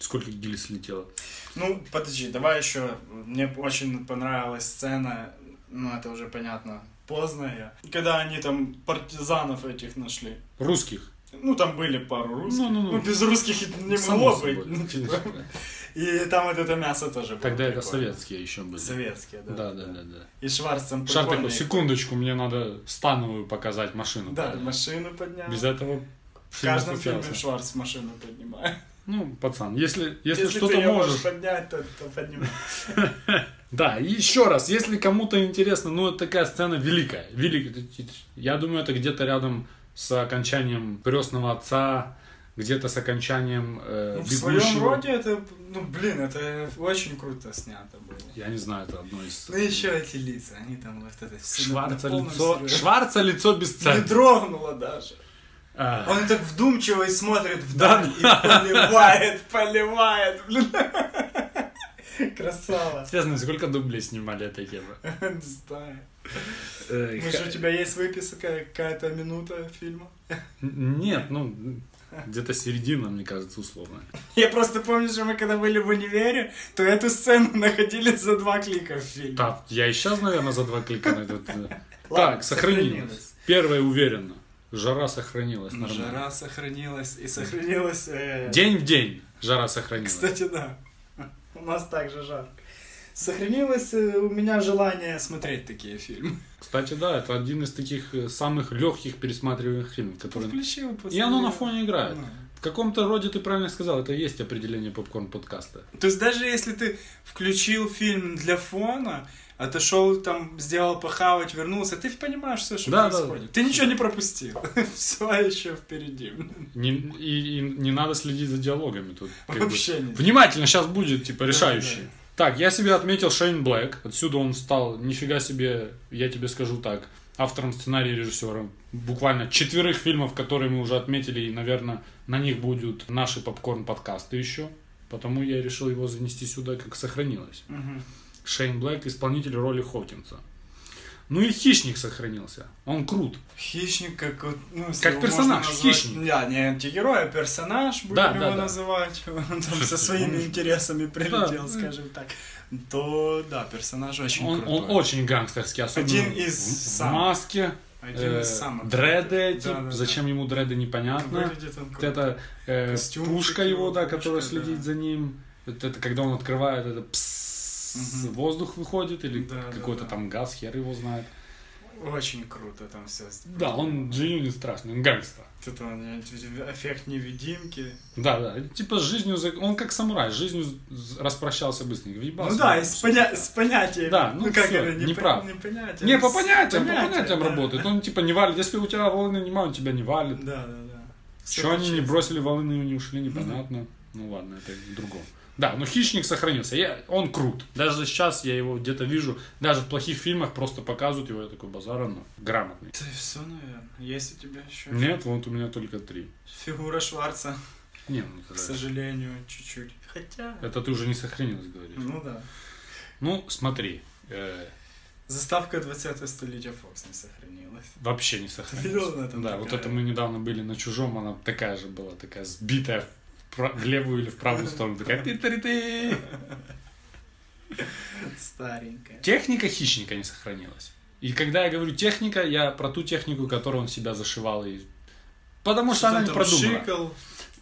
Speaker 2: Сколько гильз слетело.
Speaker 3: Ну, подожди, давай еще. Мне очень понравилась сцена, ну это уже понятно, поздная, когда они там партизанов этих нашли.
Speaker 2: Русских.
Speaker 3: Ну, там были пару русских. Ну,
Speaker 2: Ну-ну-ну.
Speaker 3: без русских и не
Speaker 2: Само
Speaker 3: могло
Speaker 2: собой,
Speaker 3: быть. Ну, типа.
Speaker 2: конечно, да.
Speaker 3: И там вот это мясо тоже было.
Speaker 2: Тогда это
Speaker 3: прикольно.
Speaker 2: советские еще были.
Speaker 3: Советские, да.
Speaker 2: Да, да, да, да.
Speaker 3: И Шварц там
Speaker 2: Шар
Speaker 3: прикольный.
Speaker 2: такой, секундочку, мне надо становую показать машину.
Speaker 3: Да, машину поднял.
Speaker 2: Без этого
Speaker 3: В
Speaker 2: фильм не
Speaker 3: каждом фильме
Speaker 2: случался.
Speaker 3: Шварц машину поднимает.
Speaker 2: Ну, пацан, если, если,
Speaker 3: Если ты
Speaker 2: что-то
Speaker 3: ее
Speaker 2: можешь...
Speaker 3: можешь поднять, то, то поднимай.
Speaker 2: Да, и еще раз, если кому-то интересно, ну, это такая сцена великая. великая. Я думаю, это где-то рядом с окончанием крестного отца, где-то с окончанием э,
Speaker 3: Ну, в
Speaker 2: «Бегущего».
Speaker 3: своем роде это, ну блин, это очень круто снято было.
Speaker 2: Я не знаю, это одно из...
Speaker 3: Ну еще эти лица, они там вот это всё на- на
Speaker 2: Шварца
Speaker 3: полном
Speaker 2: лицо,
Speaker 3: серьёзе.
Speaker 2: Шварца лицо без
Speaker 3: Не
Speaker 2: цен.
Speaker 3: дрогнуло даже.
Speaker 2: А,
Speaker 3: Он так вдумчиво и смотрит
Speaker 2: Да,
Speaker 3: вдаль и поливает, поливает, блин. Красава.
Speaker 2: Интересно, сколько дублей снимали этой темы?
Speaker 3: Не знаю.
Speaker 2: Э,
Speaker 3: Э, Ну что, у тебя есть выписка, какая-то минута фильма?
Speaker 2: Н- Нет, ну, где-то середина, мне кажется, условно.
Speaker 3: Я просто помню, что мы когда были в универе, то эту сцену находили за два клика в фильме.
Speaker 2: Да, я и сейчас, наверное, за два клика на этот... э.
Speaker 3: Ладно,
Speaker 2: Так, сохранилось.
Speaker 3: сохранилось.
Speaker 2: Первое уверенно. Жара сохранилась
Speaker 3: Ну,
Speaker 2: нормально.
Speaker 3: Жара сохранилась и сохранилась... э,
Speaker 2: День в день жара сохранилась.
Speaker 3: Кстати, да. У нас также жарко. Сохранилось э, у меня желание смотреть такие фильмы.
Speaker 2: Кстати, да, это один из таких э, самых легких пересматриваемых фильмов, которые...
Speaker 3: Включил,
Speaker 2: И оно на фоне играет.
Speaker 3: Ну.
Speaker 2: В каком-то роде ты правильно сказал, это и есть определение попкорн-подкаста.
Speaker 3: То есть даже если ты включил фильм для фона, отошел там, сделал похавать, вернулся, ты понимаешь все, что
Speaker 2: Да, да,
Speaker 3: происходит. Ты ничего не пропустил. Все еще впереди.
Speaker 2: Не, и, и не надо следить за диалогами тут. как бы.
Speaker 3: Вообще нет.
Speaker 2: Внимательно, сейчас будет, типа, решающий. Так, я себе отметил Шейн Блэк. Отсюда он стал, нифига себе, я тебе скажу так, автором сценария и режиссером. Буквально четверых фильмов, которые мы уже отметили, и, наверное, на них будут наши попкорн-подкасты еще. Потому я решил его занести сюда, как сохранилось.
Speaker 3: Мгм.
Speaker 2: Шейн Блэк, исполнитель роли Хокинса. Ну и хищник сохранился. Он крут.
Speaker 3: Хищник как вот, ну, если
Speaker 2: Как
Speaker 3: его можно
Speaker 2: персонаж,
Speaker 3: назвать-
Speaker 2: хищник.
Speaker 3: Да, не антигерой, а персонаж будем
Speaker 2: Да, да,
Speaker 3: его
Speaker 2: да.
Speaker 3: называть. Он там
Speaker 2: Что
Speaker 3: со
Speaker 2: ты
Speaker 3: своими
Speaker 2: помнишь?
Speaker 3: интересами прилетел,
Speaker 2: Да.
Speaker 3: скажем так. То да, персонаж очень
Speaker 2: Он,
Speaker 3: крутой.
Speaker 2: он очень гангстерский, особенно
Speaker 3: Один из
Speaker 2: в- в
Speaker 3: самых.
Speaker 2: маске.
Speaker 3: Один из
Speaker 2: Э,
Speaker 3: самых.
Speaker 2: Дреды
Speaker 3: крутых.
Speaker 2: эти,
Speaker 3: Да, да, да.
Speaker 2: зачем ему дреды, непонятно.
Speaker 3: Выглядит он
Speaker 2: Вот
Speaker 3: круто.
Speaker 2: это э,
Speaker 3: Костюмчик
Speaker 2: пушка его,
Speaker 3: его,
Speaker 2: да, которая
Speaker 3: пушка,
Speaker 2: следит
Speaker 3: да.
Speaker 2: за ним. Вот это когда он открывает, это пс-
Speaker 3: Мгм.
Speaker 2: воздух выходит или
Speaker 3: Да, да,
Speaker 2: какой-то
Speaker 3: да.
Speaker 2: там газ, хер его знает.
Speaker 3: Очень круто там все.
Speaker 2: Да, он Джиню не страшный, он гангстер.
Speaker 3: Тут он, э, эффект невидимки.
Speaker 2: Да, да, типа с жизнью, за- он как самурай, с жизнью з- распрощался быстренько, въебался.
Speaker 3: ну да, и с, поня- с понятиями.
Speaker 2: Да, ну всё,
Speaker 3: не,
Speaker 2: не
Speaker 3: по-
Speaker 2: прав.
Speaker 3: не понятия.
Speaker 2: Не, по
Speaker 3: с-
Speaker 2: понятиям, по
Speaker 3: понятия,
Speaker 2: понятиям
Speaker 3: да.
Speaker 2: работает. Он типа не валит, если у тебя волны нема, он тебя не валит.
Speaker 3: Да, да, да. Всё
Speaker 2: Чего они не
Speaker 3: по-честному.
Speaker 2: бросили волны и не ушли, непонятно. Ну ладно, это к другому. Да, но хищник сохранился. Я, он крут. Даже сейчас я его где-то вижу. Даже в плохих фильмах просто показывают его. Я такой базар, ну, грамотный.
Speaker 3: Это все, наверное. Есть у тебя еще
Speaker 2: Нет, вот у меня только три.
Speaker 3: фигура Шварца,
Speaker 2: Не, ну
Speaker 3: к
Speaker 2: это,
Speaker 3: сожалению, чуть-чуть. Хотя.
Speaker 2: это ты уже не сохранилось, говоришь.
Speaker 3: Ну да.
Speaker 2: Ну, смотри. э,
Speaker 3: Заставка 20 столетия Фокс не сохранилась.
Speaker 2: вообще не
Speaker 3: Серьезно,
Speaker 2: сохранилось.
Speaker 3: там
Speaker 2: Да,
Speaker 3: такая?
Speaker 2: вот это мы недавно были на чужом. Она такая же была, такая сбитая в, пра- в левую или в правую сторону. Такая «Ты-ты-ты-ты».
Speaker 3: Старенькая.
Speaker 2: Техника хищника не сохранилась. И когда я говорю техника, я про ту технику, которую он себя зашивал. И... Потому что, она
Speaker 3: он
Speaker 2: не
Speaker 3: там
Speaker 2: продумана.
Speaker 3: шикал,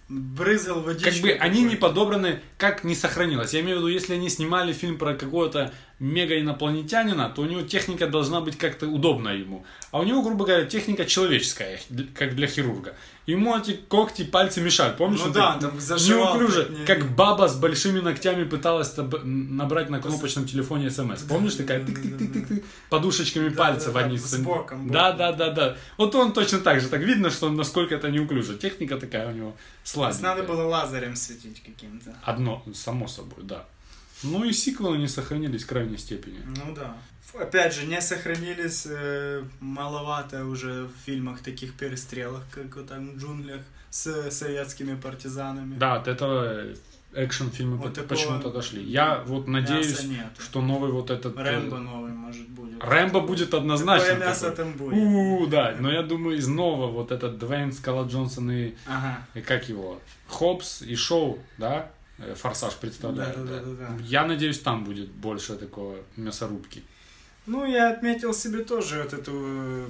Speaker 3: брызгал водичкой.
Speaker 2: Как бы они не
Speaker 3: какой-то.
Speaker 2: подобраны, как не сохранилось. Я имею в виду, если они снимали фильм про какого-то мега инопланетянина, то у него техника должна быть как-то удобна ему. А у него, грубо говоря, техника человеческая, для- как для хирурга. Ему эти когти, пальцы мешают. Помнишь,
Speaker 3: Ну
Speaker 2: он
Speaker 3: да,
Speaker 2: так
Speaker 3: там заживал.
Speaker 2: неуклюже,
Speaker 3: так не-
Speaker 2: как баба с большими ногтями пыталась таб- м, набрать на кнопочном телефоне смс. Помнишь, такая тык-тык-тык-тык, подушечками
Speaker 3: Да,
Speaker 2: пальцев
Speaker 3: да, да,
Speaker 2: они...
Speaker 3: с
Speaker 2: сами-
Speaker 3: боком,
Speaker 2: Да,
Speaker 3: боком.
Speaker 2: да, да, да. Вот он точно так же. Так видно, что он насколько это неуклюже. Техника такая у него
Speaker 3: Нас
Speaker 2: слабенькая.
Speaker 3: надо было лазарем светить каким-то.
Speaker 2: Одно, само собой, да. Ну и сиквелы не сохранились в крайней степени.
Speaker 3: Ну да. Ф- Опять же, не сохранились э, маловато уже в фильмах таких перестрелок, как вот там в джунглях с советскими партизанами.
Speaker 2: Да, от этого э, экшен фильмы
Speaker 3: Вот такого
Speaker 2: почему-то дошли. Я вот надеюсь,
Speaker 3: Мяса нету.
Speaker 2: что новый вот этот... э,
Speaker 3: Рэмбо новый, может, будет.
Speaker 2: Рэмбо будет однозначно.
Speaker 3: Какое мясо
Speaker 2: такой.
Speaker 3: там будет?
Speaker 2: У, да, но я думаю, из нового вот этот Двейн Скала Джонсон и,
Speaker 3: Ага.
Speaker 2: и как его, Хопс и Шоу, да, э, Форсаж представляют.
Speaker 3: Да-да-да-да-да.
Speaker 2: Я надеюсь, там будет больше такого мясорубки.
Speaker 3: Ну, я отметил себе тоже вот эту... э,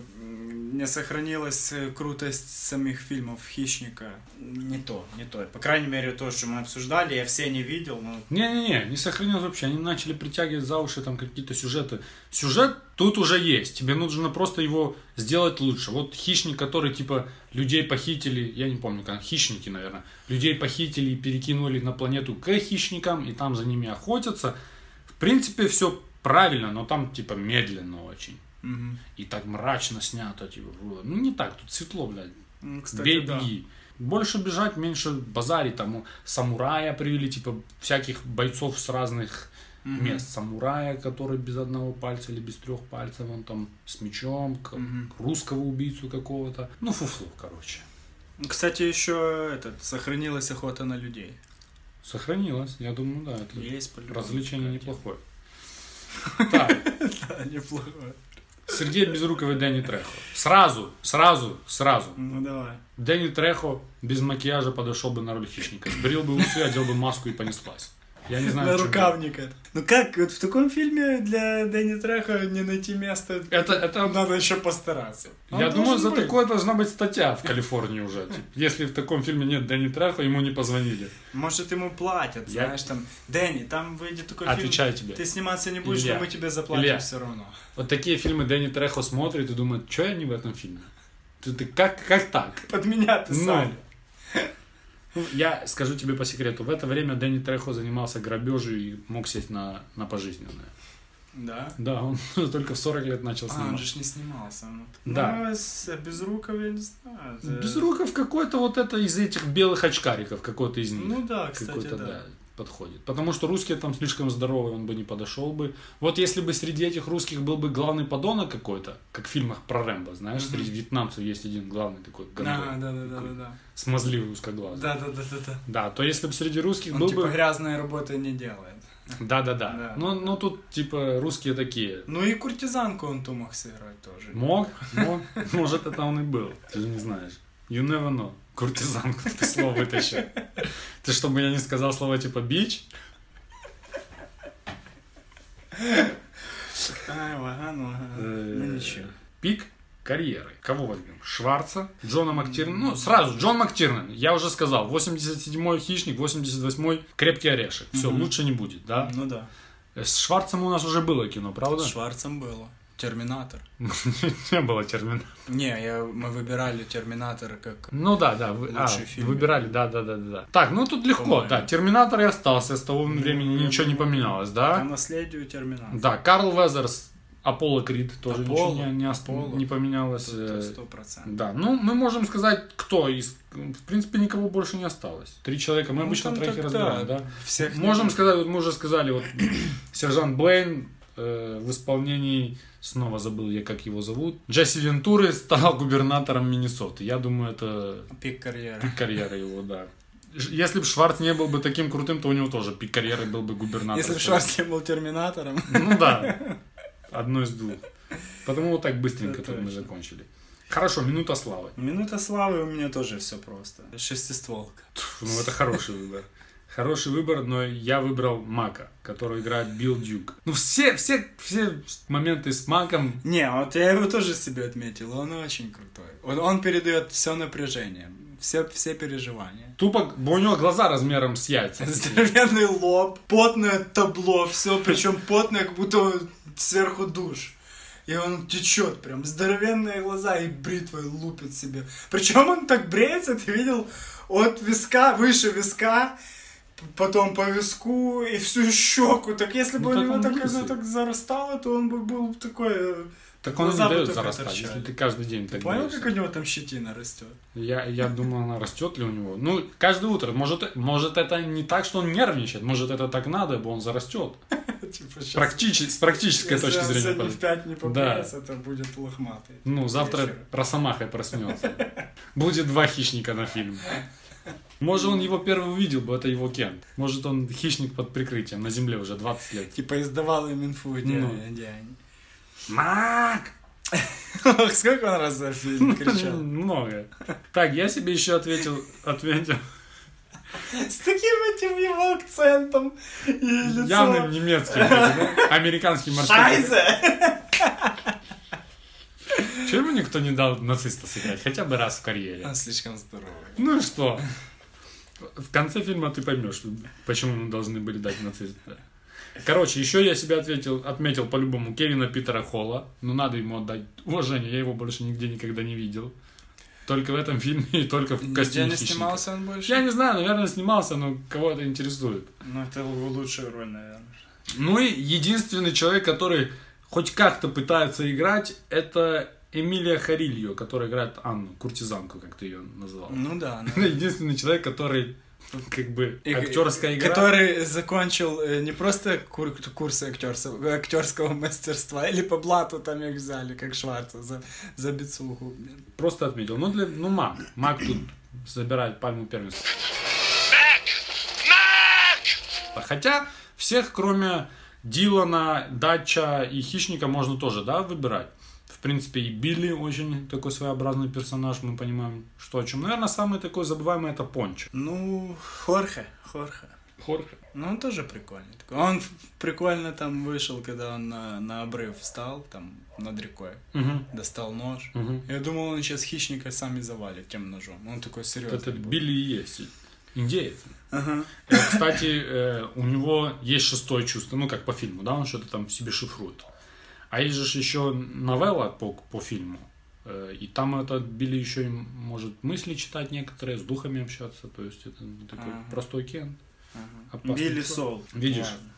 Speaker 3: Не сохранилась э, крутость самих фильмов «Хищника». Не то, не то. По крайней мере, то, что мы обсуждали, я все не видел, но...
Speaker 2: Не-не-не, не сохранилось вообще. Они начали притягивать за уши там какие-то сюжеты. Сюжет тут уже есть. Тебе нужно просто его сделать лучше. Вот хищник, который типа людей похитили, я не помню, как хищники, наверное, людей похитили и перекинули на планету к хищникам, и там за ними охотятся. В принципе, все правильно, но там типа медленно очень.
Speaker 3: Мгм.
Speaker 2: И так мрачно снято, типа, «О, ну не так, тут светло, блядь.
Speaker 3: М, Кстати,
Speaker 2: Бей,
Speaker 3: да.
Speaker 2: беги. Больше бежать, меньше базарить. Там самурая привели, типа всяких бойцов с разных
Speaker 3: Мгм.
Speaker 2: мест. Самурая, который без одного пальца или без трех пальцев, он там с мечом, к-
Speaker 3: Мгм.
Speaker 2: русского убийцу какого-то. Ну, фуфло, короче.
Speaker 3: Кстати, еще этот, сохранилась охота на людей.
Speaker 2: Сохранилось, я думаю, да, это
Speaker 3: Есть по-любому.
Speaker 2: развлечение неплохое. Так,
Speaker 3: Да, неплохое.
Speaker 2: Сергей Безруков и Дэнни Трехо. Сразу, сразу, сразу.
Speaker 3: Ну, давай.
Speaker 2: Дэнни Трехо без макияжа подошел бы на роль хищника. Сбрил бы усы, одел бы маску и понеслась. Я не знаю,
Speaker 3: на
Speaker 2: в чём
Speaker 3: рукавника. Ну как, вот в таком фильме для Дэнни Треха не найти места.
Speaker 2: Это, это,
Speaker 3: Надо еще постараться. Он
Speaker 2: я думаю,
Speaker 3: должен
Speaker 2: за
Speaker 3: быть.
Speaker 2: такое должна быть статья в Калифорнии уже. Типа, Если в таком фильме нет Дэнни Трехо, ему не позвонили.
Speaker 3: Может, ему платят,
Speaker 2: Я-
Speaker 3: знаешь, там, Дэнни, там выйдет такой фильм.
Speaker 2: Отвечаю тебе.
Speaker 3: Ты сниматься не будешь,
Speaker 2: Илья.
Speaker 3: но мы тебе заплатим
Speaker 2: Илья.
Speaker 3: все равно.
Speaker 2: Вот такие фильмы Дэнни Трехо смотрит и думает, что я не в этом фильме? Ты, ты как, как так?
Speaker 3: Под меня ты
Speaker 2: Ну.
Speaker 3: сам.
Speaker 2: Ну, Я скажу тебе по секрету. В это время Дэнни Трехо занимался грабежью и мог сесть на, на пожизненное.
Speaker 3: Да?
Speaker 2: Да, он только в 40 лет начал
Speaker 3: А, он
Speaker 2: снимать.
Speaker 3: же ж не снимался. Ну,
Speaker 2: Да.
Speaker 3: ну, с Безруков, я не знаю. это-
Speaker 2: Безруков какой-то вот это из этих белых очкариков, какой-то из них.
Speaker 3: Ну да, кстати,
Speaker 2: какой-то,
Speaker 3: да.
Speaker 2: да. подходит. Потому что русские там слишком здоровые, он бы не подошел бы. Вот если бы среди этих русских был бы главный подонок какой-то, как в фильмах про Рэмбо, знаешь,
Speaker 3: Мгм.
Speaker 2: среди вьетнамцев есть один главный такой
Speaker 3: Да,
Speaker 2: гандон,
Speaker 3: да, да, да, да, да.
Speaker 2: смазливый узкоглазый. Да.
Speaker 3: Да, да, да, да, да.
Speaker 2: то если бы среди русских
Speaker 3: Он
Speaker 2: был
Speaker 3: типа
Speaker 2: бы...
Speaker 3: грязной работы не делает.
Speaker 2: Да, да, да.
Speaker 3: Да.
Speaker 2: Но, но тут типа русские такие.
Speaker 3: Ну и куртизанку он ту мог сыграть тоже.
Speaker 2: Мог, мог, ну, может это он и был, ты же не знаешь. You never know. Куртизанку ты слово вытащил. Ты чтобы я не сказал слова типа бич?
Speaker 3: Ай, ладно, ладно.
Speaker 2: Э,
Speaker 3: Ну ничего.
Speaker 2: Пик карьеры. Кого возьмем? Шварца, Джона Мактирна. Ну, сразу, Джон Мактирнан. Я уже сказал, 87-й «Хищник», 88-й «Крепкий орешек». Все,
Speaker 3: Мгм.
Speaker 2: лучше не будет, да?
Speaker 3: Ну да.
Speaker 2: С Шварцем у нас уже было кино, правда?
Speaker 3: С Шварцем было. Терминатор.
Speaker 2: Не было термина.
Speaker 3: Не, я, мы выбирали Терминатор как...
Speaker 2: Ну да, да. вы- а,
Speaker 3: Лучший фильм.
Speaker 2: выбирали, да, да, да, да, да. Так, ну тут легко,
Speaker 3: По-моему.
Speaker 2: да. Терминатор и остался, с того
Speaker 3: Ну,
Speaker 2: времени
Speaker 3: ну,
Speaker 2: ничего не
Speaker 3: ну.
Speaker 2: поменялось, да?
Speaker 3: По наследию Терминатор.
Speaker 2: Да, Карл Везерс, Аполло Крид тоже
Speaker 3: Аполло,
Speaker 2: ничего не, не, ост-
Speaker 3: Аполло.
Speaker 2: не поменялось.
Speaker 3: Это
Speaker 2: э,
Speaker 3: Сто процентов.
Speaker 2: Да, ну мы можем сказать, кто из... В принципе, никого больше не осталось. Три человека, мы
Speaker 3: Ну,
Speaker 2: обычно
Speaker 3: там
Speaker 2: треки
Speaker 3: так,
Speaker 2: разбираем, да?
Speaker 3: да. Всех
Speaker 2: Можем
Speaker 3: нет.
Speaker 2: сказать, вот мы уже сказали, вот сержант Блейн э, в исполнении, снова забыл я, как его зовут, Джесси Вентуры стал губернатором Миннесоты. Я думаю, это
Speaker 3: Пик карьеры.
Speaker 2: пик карьеры его, да. Ж- Если бы Шварц не был бы таким крутым, то у него тоже пик карьеры был бы губернатор.
Speaker 3: Если бы Шварц не был Терминатором.
Speaker 2: Ну да, одно из двух. Потому вот так быстренько
Speaker 3: Это
Speaker 2: тут мы
Speaker 3: точно.
Speaker 2: закончили. Хорошо, минута славы.
Speaker 3: Минута славы у меня тоже все просто. Шестистволка.
Speaker 2: Ну, это хороший выбор. Хороший выбор, но я выбрал Мака, который играет Билл Дюк. Ну, все, все, все моменты с Маком...
Speaker 3: Не, вот я его тоже себе отметил. Он очень крутой. Он, он передает все напряжение, все, все переживания.
Speaker 2: Тупо, у него глаза размером с яйца.
Speaker 3: Здоровенный лоб, потное табло, все, причем потное, как будто он сверху душ. И он течет прям, здоровенные глаза и бритвой лупит себе. Причем он так бреется, ты видел, от виска, выше виска, п- потом по виску и всю щеку. Так если
Speaker 2: Ну,
Speaker 3: бы
Speaker 2: так
Speaker 3: у него
Speaker 2: он
Speaker 3: так,
Speaker 2: лысый.
Speaker 3: оно так зарастало, то он бы был такой... э,
Speaker 2: Так он и не
Speaker 3: глаза бы
Speaker 2: дает
Speaker 3: только
Speaker 2: зарастать,
Speaker 3: торчали.
Speaker 2: если ты каждый день так
Speaker 3: Понял,
Speaker 2: делаешь.
Speaker 3: как у него там щетина растет?
Speaker 2: Я, я думаю, она растет ли у него. Ну, каждое утро. Может, может, это не так, что он нервничает. Может, это так надо, ибо он зарастет.
Speaker 3: Типа щас-
Speaker 2: Практически, с практической
Speaker 3: если
Speaker 2: точки
Speaker 3: он
Speaker 2: зрения.
Speaker 3: сегодня в
Speaker 2: подойдет.
Speaker 3: 5 не
Speaker 2: Да.
Speaker 3: попадется, то будет лохматый.
Speaker 2: Ну, завтра
Speaker 3: Вечером.
Speaker 2: Росомахой проснется. Будет два хищника на фильм. Может, он его первый увидел бы, это его Кент. Может, он хищник под прикрытием на земле уже 20 лет.
Speaker 3: Типа издавал им инфу, где
Speaker 2: Ну.
Speaker 3: они, где они.
Speaker 2: Мак!
Speaker 3: Ох, Сколько он раз за фильм кричал.
Speaker 2: Много. Так, я себе еще ответил, ответил
Speaker 3: С таким этим его акцентом и лицом.
Speaker 2: явным немецким, этим, да? американским маршрутом.
Speaker 3: Шайзе!
Speaker 2: Чего ему никто не дал нациста сыграть? Хотя бы раз в карьере.
Speaker 4: Он слишком здоровый.
Speaker 2: Ну и что? В конце фильма ты поймешь, почему мы должны были дать нациста. Короче, еще я себе ответил, отметил по-любому Кевина Питера Холла. Ну, надо ему отдать уважение, я его больше нигде никогда не видел. Только в этом фильме и только в
Speaker 3: Где
Speaker 2: костюме
Speaker 3: не
Speaker 2: хищника.
Speaker 3: снимался он больше?
Speaker 2: Я не знаю, наверное, снимался, но кого это интересует.
Speaker 3: Ну, это его лучшая роль, наверное.
Speaker 2: Ну и единственный человек, который хоть как-то пытается играть, это Эмилия Харильо, которая играет Анну, куртизанку, как ты ее назвал.
Speaker 3: Ну да. ну.
Speaker 2: Она единственный человек, который как бы
Speaker 3: И-
Speaker 2: актерская игра.
Speaker 3: Который закончил э, не просто кур- курсы актерсов- э, актерского мастерства, или по блату там их взяли, как Шварца, за, за бицуху, блин.
Speaker 2: Просто отметил. Ну, для, ну Мак. Мак тут забирает пальму первенства. А Хотя всех, кроме Дилана, Датча и Хищника, можно тоже, да, выбирать. В принципе, и Билли очень такой своеобразный персонаж, мы понимаем, что о чем. Наверное, самый такой забываемый это Пончик.
Speaker 3: Ну, Хорхе, Хорхе. Ну, он тоже прикольный. такой. Он ф- прикольно там вышел, когда он на, на обрыв встал, там, над рекой,
Speaker 2: Мгм,
Speaker 3: достал нож.
Speaker 2: мгм.
Speaker 3: Я думал, он сейчас хищника сами завалит тем ножом. Он такой
Speaker 2: Вот Этот
Speaker 3: серьезный.
Speaker 2: Билли и есть. Индеец.
Speaker 3: Ага.
Speaker 2: Э, Кстати, э, у него есть шестое чувство, ну как по фильму, да, он что-то там себе шифрует. А есть же еще новелла по, по фильму. э, И там этот Билли еще и может мысли читать некоторые, с духами общаться. То есть это ну, такой
Speaker 3: Ага.
Speaker 2: простой Кен.
Speaker 3: ага.
Speaker 2: Опасный
Speaker 3: Билли
Speaker 2: чувак.
Speaker 3: Сол.
Speaker 2: Видишь?
Speaker 3: Ладно.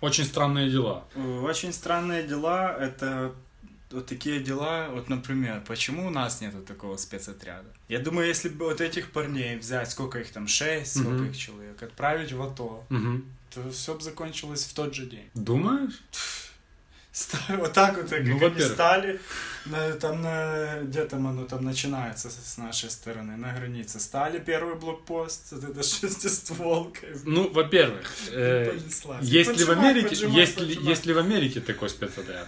Speaker 2: Очень странные дела.
Speaker 3: Э, Очень странные дела, это вот такие дела, вот, например, почему у нас нету такого спецотряда? Я думаю, если бы вот этих парней взять, сколько их там, шесть, сколько
Speaker 2: Мгм.
Speaker 3: их человек, отправить в АТО,
Speaker 2: Мгм.
Speaker 3: то все бы закончилось в тот же день.
Speaker 2: Думаешь?
Speaker 3: Ста- Вот так вот, как
Speaker 2: Ну,
Speaker 3: они
Speaker 2: во-первых.
Speaker 3: стали, на- там, на- где там оно там начинается с с нашей стороны, на границе. Стали первый блокпост, вот это шестистволка. и
Speaker 2: Ну, во-первых, э,
Speaker 3: понеслась.
Speaker 2: есть ли в
Speaker 3: Ну, Поджимай,
Speaker 2: Америке,
Speaker 3: поджимай,
Speaker 2: есть ли-
Speaker 3: поджимай.
Speaker 2: есть ли в Америке такой спецотряд?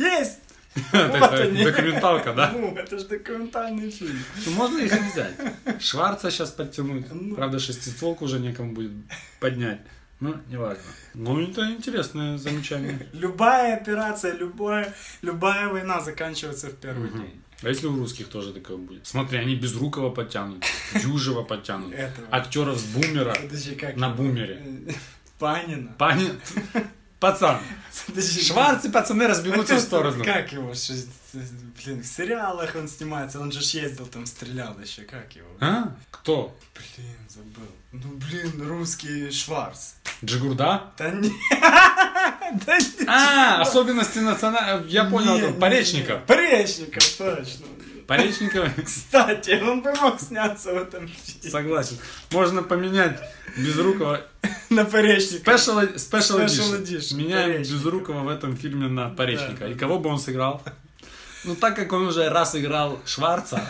Speaker 3: Есть! Вот
Speaker 2: Это
Speaker 3: они.
Speaker 2: Документалка, да?
Speaker 3: Ну, это же документальный фильм.
Speaker 2: Ну, можно их и взять. Шварца сейчас подтянуть.
Speaker 3: Ну.
Speaker 2: Правда, шестистволку уже некому будет поднять. Ну, неважно. Ну, это интересное замечание.
Speaker 3: Любая операция, любая, любая война заканчивается в первый день.
Speaker 2: А если у русских тоже такое будет? Смотри, они Безрукова подтянут, Дюжева подтянут,
Speaker 3: Этого.
Speaker 2: актеров с бумера
Speaker 3: Подожди, как?
Speaker 2: А на бумере.
Speaker 3: Э, Панина.
Speaker 2: Пани... Пацан,
Speaker 3: Подожди.
Speaker 2: Шварц и пацаны разбегутся
Speaker 3: А
Speaker 2: в
Speaker 3: ты-
Speaker 2: сторону.
Speaker 3: Как его? ж- Блин, в сериалах он снимается, он же ж ездил там, стрелял еще, как его?
Speaker 2: А? Кто?
Speaker 3: Блин, забыл. Ну блин, русский Шварц.
Speaker 2: Джигурда?
Speaker 3: Да не... Да не-
Speaker 2: А, особенности национального... Я понял,
Speaker 3: Не,
Speaker 2: это
Speaker 3: не,
Speaker 2: Поречников.
Speaker 3: не. Поречников, точно.
Speaker 2: Поречников...
Speaker 3: Кстати, он бы мог сняться в этом фильме.
Speaker 2: Согласен. Можно поменять Безрукова
Speaker 3: На Поречников.
Speaker 2: Special, special,
Speaker 3: Special
Speaker 2: edition.
Speaker 3: edition.
Speaker 2: Меняем
Speaker 3: Поречников.
Speaker 2: Безрукова в этом фильме на Поречника.
Speaker 3: Да, да,
Speaker 2: И кого бы он сыграл? Ну, так как он уже раз играл Шварца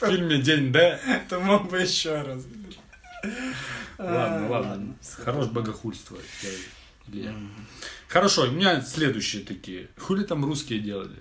Speaker 2: в фильме «День Д».
Speaker 3: Это мог бы еще раз. А,
Speaker 2: Ладно, ладно. Хорош богохульство. я- Илья. Хорошо, у меня следующие такие. Хули там русские делали?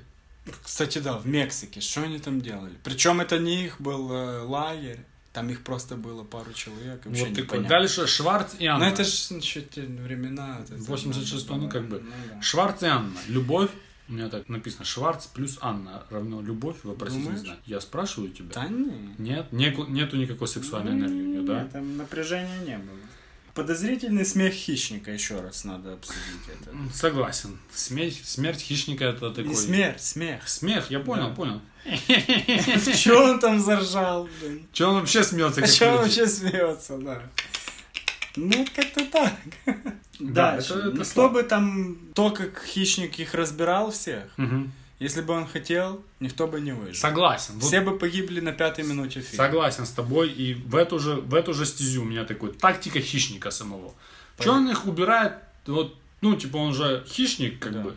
Speaker 3: Кстати, да, в Мексике. Что они там делали? Причем это не их был э, лагерь. Там их просто было пару человек. Вообще
Speaker 2: Вот
Speaker 3: не
Speaker 2: такой.
Speaker 3: понятно.
Speaker 2: Дальше Шварц и
Speaker 3: Ну
Speaker 2: Анна.
Speaker 3: это же времена. это-
Speaker 2: 86-й, ну, как бы.
Speaker 3: да.
Speaker 2: Шварц и Анна. Любовь. У меня так написано. Шварц плюс Анна равно любовь. Вопросительный
Speaker 3: Думаешь?
Speaker 2: знак. Я спрашиваю тебя.
Speaker 3: Да не.
Speaker 2: Нет, неку- нету никакой сексуальной
Speaker 3: М-м.
Speaker 2: энергии у нее, да?
Speaker 3: Не, Там напряжения не было. Подозрительный смех хищника еще раз надо обсудить это.
Speaker 2: М, Согласен. Смерть, смерть хищника это такой...
Speaker 3: Не смерть, смех.
Speaker 2: Смех, я понял,
Speaker 3: Да.
Speaker 2: понял.
Speaker 3: Че он там заржал, блин?
Speaker 2: Че он вообще смеется,
Speaker 3: А
Speaker 2: как
Speaker 3: чё он
Speaker 2: люди?
Speaker 3: вообще смеется, да. Ну, это как-то так.
Speaker 2: Да,
Speaker 3: Дальше.
Speaker 2: это- это
Speaker 3: Ну,
Speaker 2: слабо.
Speaker 3: чтобы там то, как хищник их разбирал всех,
Speaker 2: Мгм.
Speaker 3: если бы он хотел, никто бы не выжил.
Speaker 2: Согласен. Вот
Speaker 3: Все бы погибли на пятой минуте фильма.
Speaker 2: Согласен с тобой. И в эту, же, в эту же стезю у меня такой тактика хищника самого. Че он их убирает? Вот, ну, типа, он же хищник, как
Speaker 3: Да.
Speaker 2: бы.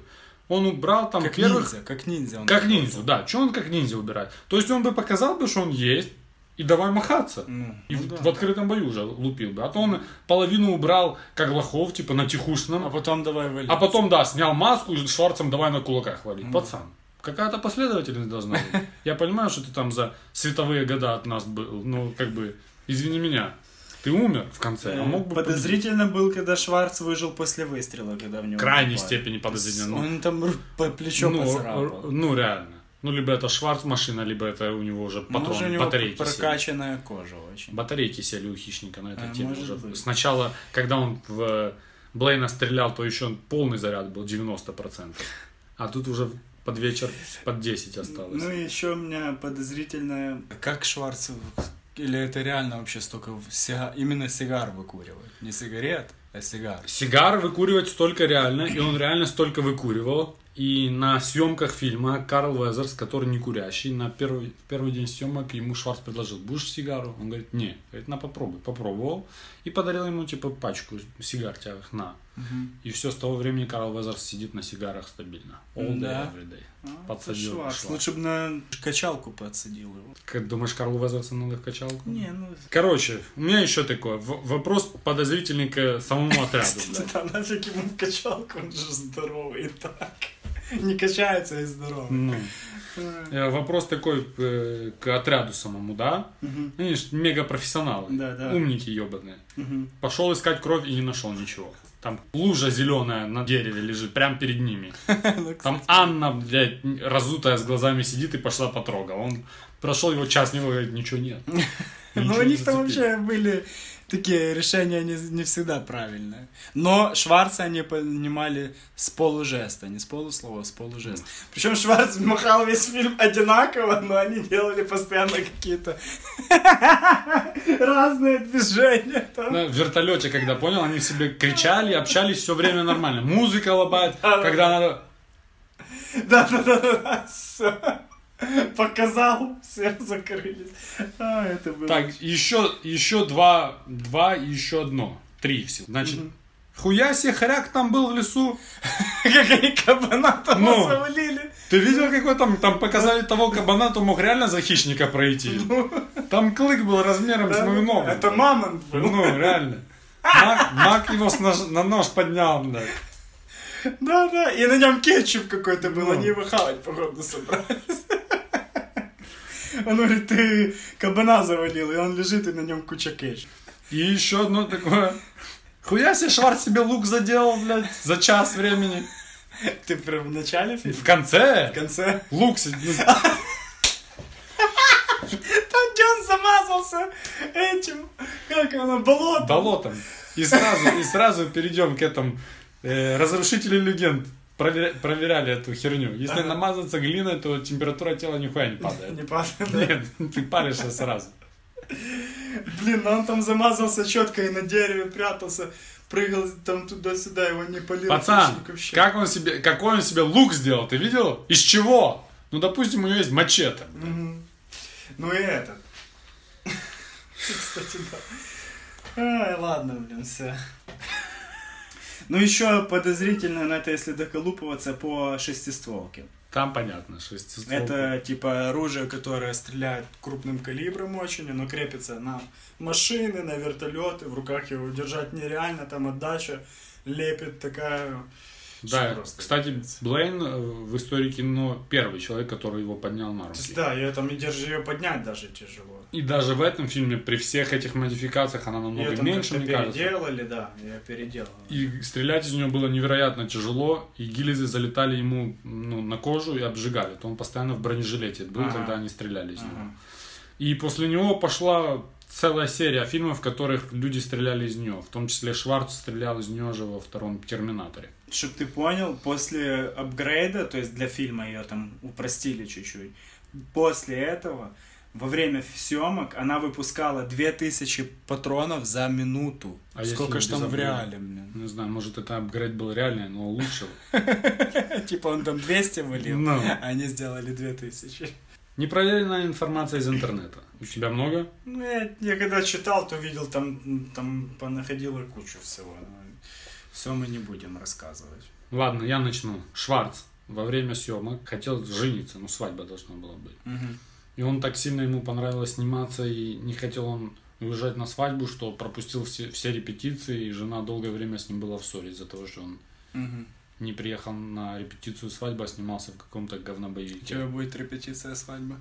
Speaker 2: Он убрал там
Speaker 3: Как
Speaker 2: первых...
Speaker 3: ниндзя, как ниндзя. он
Speaker 2: Как
Speaker 3: такой.
Speaker 2: ниндзя, да. Че он как ниндзя убирает? То есть он бы показал бы, что он есть, и давай махаться.
Speaker 3: Ну,
Speaker 2: И
Speaker 3: ну
Speaker 2: в,
Speaker 3: да.
Speaker 2: в открытом бою уже лупил бы. А то он половину убрал, как лохов, типа на тихушном.
Speaker 3: А потом давай валить.
Speaker 2: А потом, да, снял маску и Шварцем давай на кулаках валить. Пацан, какая-то последовательность должна быть. Я понимаю, что ты там за световые года от нас был, ну, как бы, извини меня. Ты умер в конце, а
Speaker 3: Э,
Speaker 2: мог бы... победить.
Speaker 3: Подозрительно был, когда Шварц выжил после выстрела, когда в него
Speaker 2: В крайней
Speaker 3: попали.
Speaker 2: степени подозрительно. Ну,
Speaker 3: Он там ру- по плечо
Speaker 2: ну,
Speaker 3: поцарапал.
Speaker 2: р- ну, реально. Ну, либо это Шварц машина, либо это у него уже
Speaker 3: Ну, может, у
Speaker 2: патроны,
Speaker 3: него
Speaker 2: батарейки сели.
Speaker 3: прокачанная кожа очень.
Speaker 2: Батарейки сели у хищника на этой
Speaker 3: А,
Speaker 2: теме
Speaker 3: может
Speaker 2: уже.
Speaker 3: быть.
Speaker 2: Сначала, когда он в э, Блейна стрелял, то еще полный заряд был 90%. А тут уже под вечер под 10 осталось.
Speaker 3: Ну, еще у меня подозрительное... А Как Шварц... Или это реально вообще столько... в- сига- Именно сигар выкуривает. Не сигарет, а сигар.
Speaker 2: Сигар выкуривать столько реально, и он реально столько выкуривал. И на съемках фильма Карл Везерс, который не курящий, на первый, в первый день съемок ему Шварц предложил, будешь сигару? Он говорит, не. Говорит, на попробуй. Попробовал и подарил ему типа пачку сигар тягах на. И все, с того времени Карл Везерс сидит на сигарах стабильно. All day,
Speaker 3: Да.
Speaker 2: every day.
Speaker 3: А,
Speaker 2: Подсадил
Speaker 3: Шварц.
Speaker 2: Шварц.
Speaker 3: Лучше бы на качалку подсадил его.
Speaker 2: Как думаешь, Карлу Везерсу надо в качалку?
Speaker 3: Не, ну...
Speaker 2: Короче, у меня еще такое. В- вопрос подозрительный к самому отряду. блядь.
Speaker 3: Да нафиг ему в качалку, он же здоровый и так. Не качается и здоровый.
Speaker 2: Ну. Э, Вопрос такой э, к отряду самому, да?
Speaker 3: Мгм.
Speaker 2: Они ж мега профессионалы.
Speaker 3: Да, да.
Speaker 2: Умники ебаные.
Speaker 3: Мгм.
Speaker 2: Пошел искать кровь и не нашел ничего. Там лужа зеленая на дереве лежит, прям перед ними.
Speaker 3: Ну,
Speaker 2: Там Анна, блядь, разутая с глазами сидит и пошла потрогала. Он прошел его час, не говорит, ничего нет.
Speaker 3: Ну,
Speaker 2: Ничего
Speaker 3: у
Speaker 2: не
Speaker 3: них там
Speaker 2: зацепили.
Speaker 3: вообще были такие решения не, не всегда правильные. Но Шварца они понимали с полужеста, не с полуслова, а с полужеста. Причем Шварц махал весь фильм одинаково, но они делали постоянно какие-то разные движения. там.
Speaker 2: На вертолете, когда понял, они себе кричали, общались все время нормально. Музыка лобает,
Speaker 3: Да, да,
Speaker 2: когда надо...
Speaker 3: Да-да-да, всё. Показал, все закрылись. А, это было...
Speaker 2: Так, еще, еще два, два и еще одно. Три всего. Значит, хуя себе хряк там был в лесу.
Speaker 3: Как они кабана там
Speaker 2: Ну.
Speaker 3: завалили.
Speaker 2: Ты видел, какой там, там показали того кабана, то мог реально за хищника пройти. Там клык был размером с мою ногу.
Speaker 3: Ну. Это мамонт был.
Speaker 2: Ну, реально. Мак, Мак его с нож- на нож поднял, да.
Speaker 3: Да, да, и на нем кетчуп какой-то был,
Speaker 2: Ну.
Speaker 3: они его хавать, походу, собрались. Он говорит, ты кабана завалил, и он лежит, и на нем куча кетчупа.
Speaker 2: И еще одно такое. Хуя себе Шварц себе лук заделал, блядь, за час времени.
Speaker 3: Ты прям в начале фильма?
Speaker 2: В конце
Speaker 3: В конце?
Speaker 2: лук си- ну,
Speaker 3: Там, где он замазался этим, как оно, болото.
Speaker 2: болотом. ну, И сразу, и сразу перейдем к этому. Э, разрушители легенд проверя- проверяли эту херню. Если
Speaker 3: Ага.
Speaker 2: намазаться глиной, то температура тела нихуя не
Speaker 3: Не
Speaker 2: падает.
Speaker 3: падает. да.
Speaker 2: Нет, ты паришься сразу.
Speaker 3: Блин, ну он там замазался четко и на дереве прятался, прыгал там туда-сюда, его не полил.
Speaker 2: Пацан,
Speaker 3: хищник вообще.
Speaker 2: как он себе, какой он себе лук сделал, ты видел? Из чего? Ну, допустим, у него есть мачете.
Speaker 3: Мгм. Ну и этот. Кстати, да. Ай, ладно, блин, все. Ну еще подозрительно на это, если доколупываться по шестистволке.
Speaker 2: Там понятно, шестистволка.
Speaker 3: Это типа оружие, которое стреляет крупным калибром очень, оно крепится на машины, на вертолеты, в руках его держать нереально, там отдача лепит такая...
Speaker 2: Да,
Speaker 3: что просто
Speaker 2: кстати,
Speaker 3: пиздец.
Speaker 2: Блейн э, в истории кино первый человек, который его поднял на
Speaker 3: То
Speaker 2: руки.
Speaker 3: есть, да, ее там и держи ее поднять даже тяжело.
Speaker 2: И даже в этом фильме при всех этих модификациях она
Speaker 3: Ее
Speaker 2: намного
Speaker 3: там
Speaker 2: меньше,
Speaker 3: как-то
Speaker 2: мне кажется.
Speaker 3: переделали, да, ее переделали.
Speaker 2: И стрелять из нее было невероятно тяжело, и гильзы залетали ему ну, на кожу и обжигали. То он постоянно в бронежилете был,
Speaker 3: Ага.
Speaker 2: когда они стреляли из него.
Speaker 3: Ага.
Speaker 2: И после него пошла целая серия фильмов, в которых люди стреляли из нее. В том числе Шварц стрелял из нее же во втором Терминаторе.
Speaker 3: Чтоб ты понял, после апгрейда, то есть для фильма ее там упростили чуть-чуть, после этого, во время съемок, она выпускала 2000 патронов за минуту.
Speaker 2: А если
Speaker 3: Сколько ж там
Speaker 2: без
Speaker 3: в
Speaker 2: апгрейда?
Speaker 3: реале, блин?
Speaker 2: Не знаю, может это апгрейд был реальный, но лучше.
Speaker 3: Типа он там 200 вылил,
Speaker 2: Ну.
Speaker 3: а они сделали 2000.
Speaker 2: Непроверенная информация из интернета. У тебя много?
Speaker 3: Ну, я, я когда читал, то видел, там, м, там понаходила кучу всего. Все мы не будем рассказывать.
Speaker 2: Ладно, я начну. Шварц во время съемок хотел жениться, ну свадьба должна была быть. И он так сильно ему понравилось сниматься, и не хотел он уезжать на свадьбу, что пропустил все, все репетиции, и жена долгое время с ним была в ссоре из-за того, что он не приехал на репетицию свадьбы, а снимался в каком-то
Speaker 3: У тебя
Speaker 2: говнобоевике.
Speaker 3: будет репетиция свадьбы?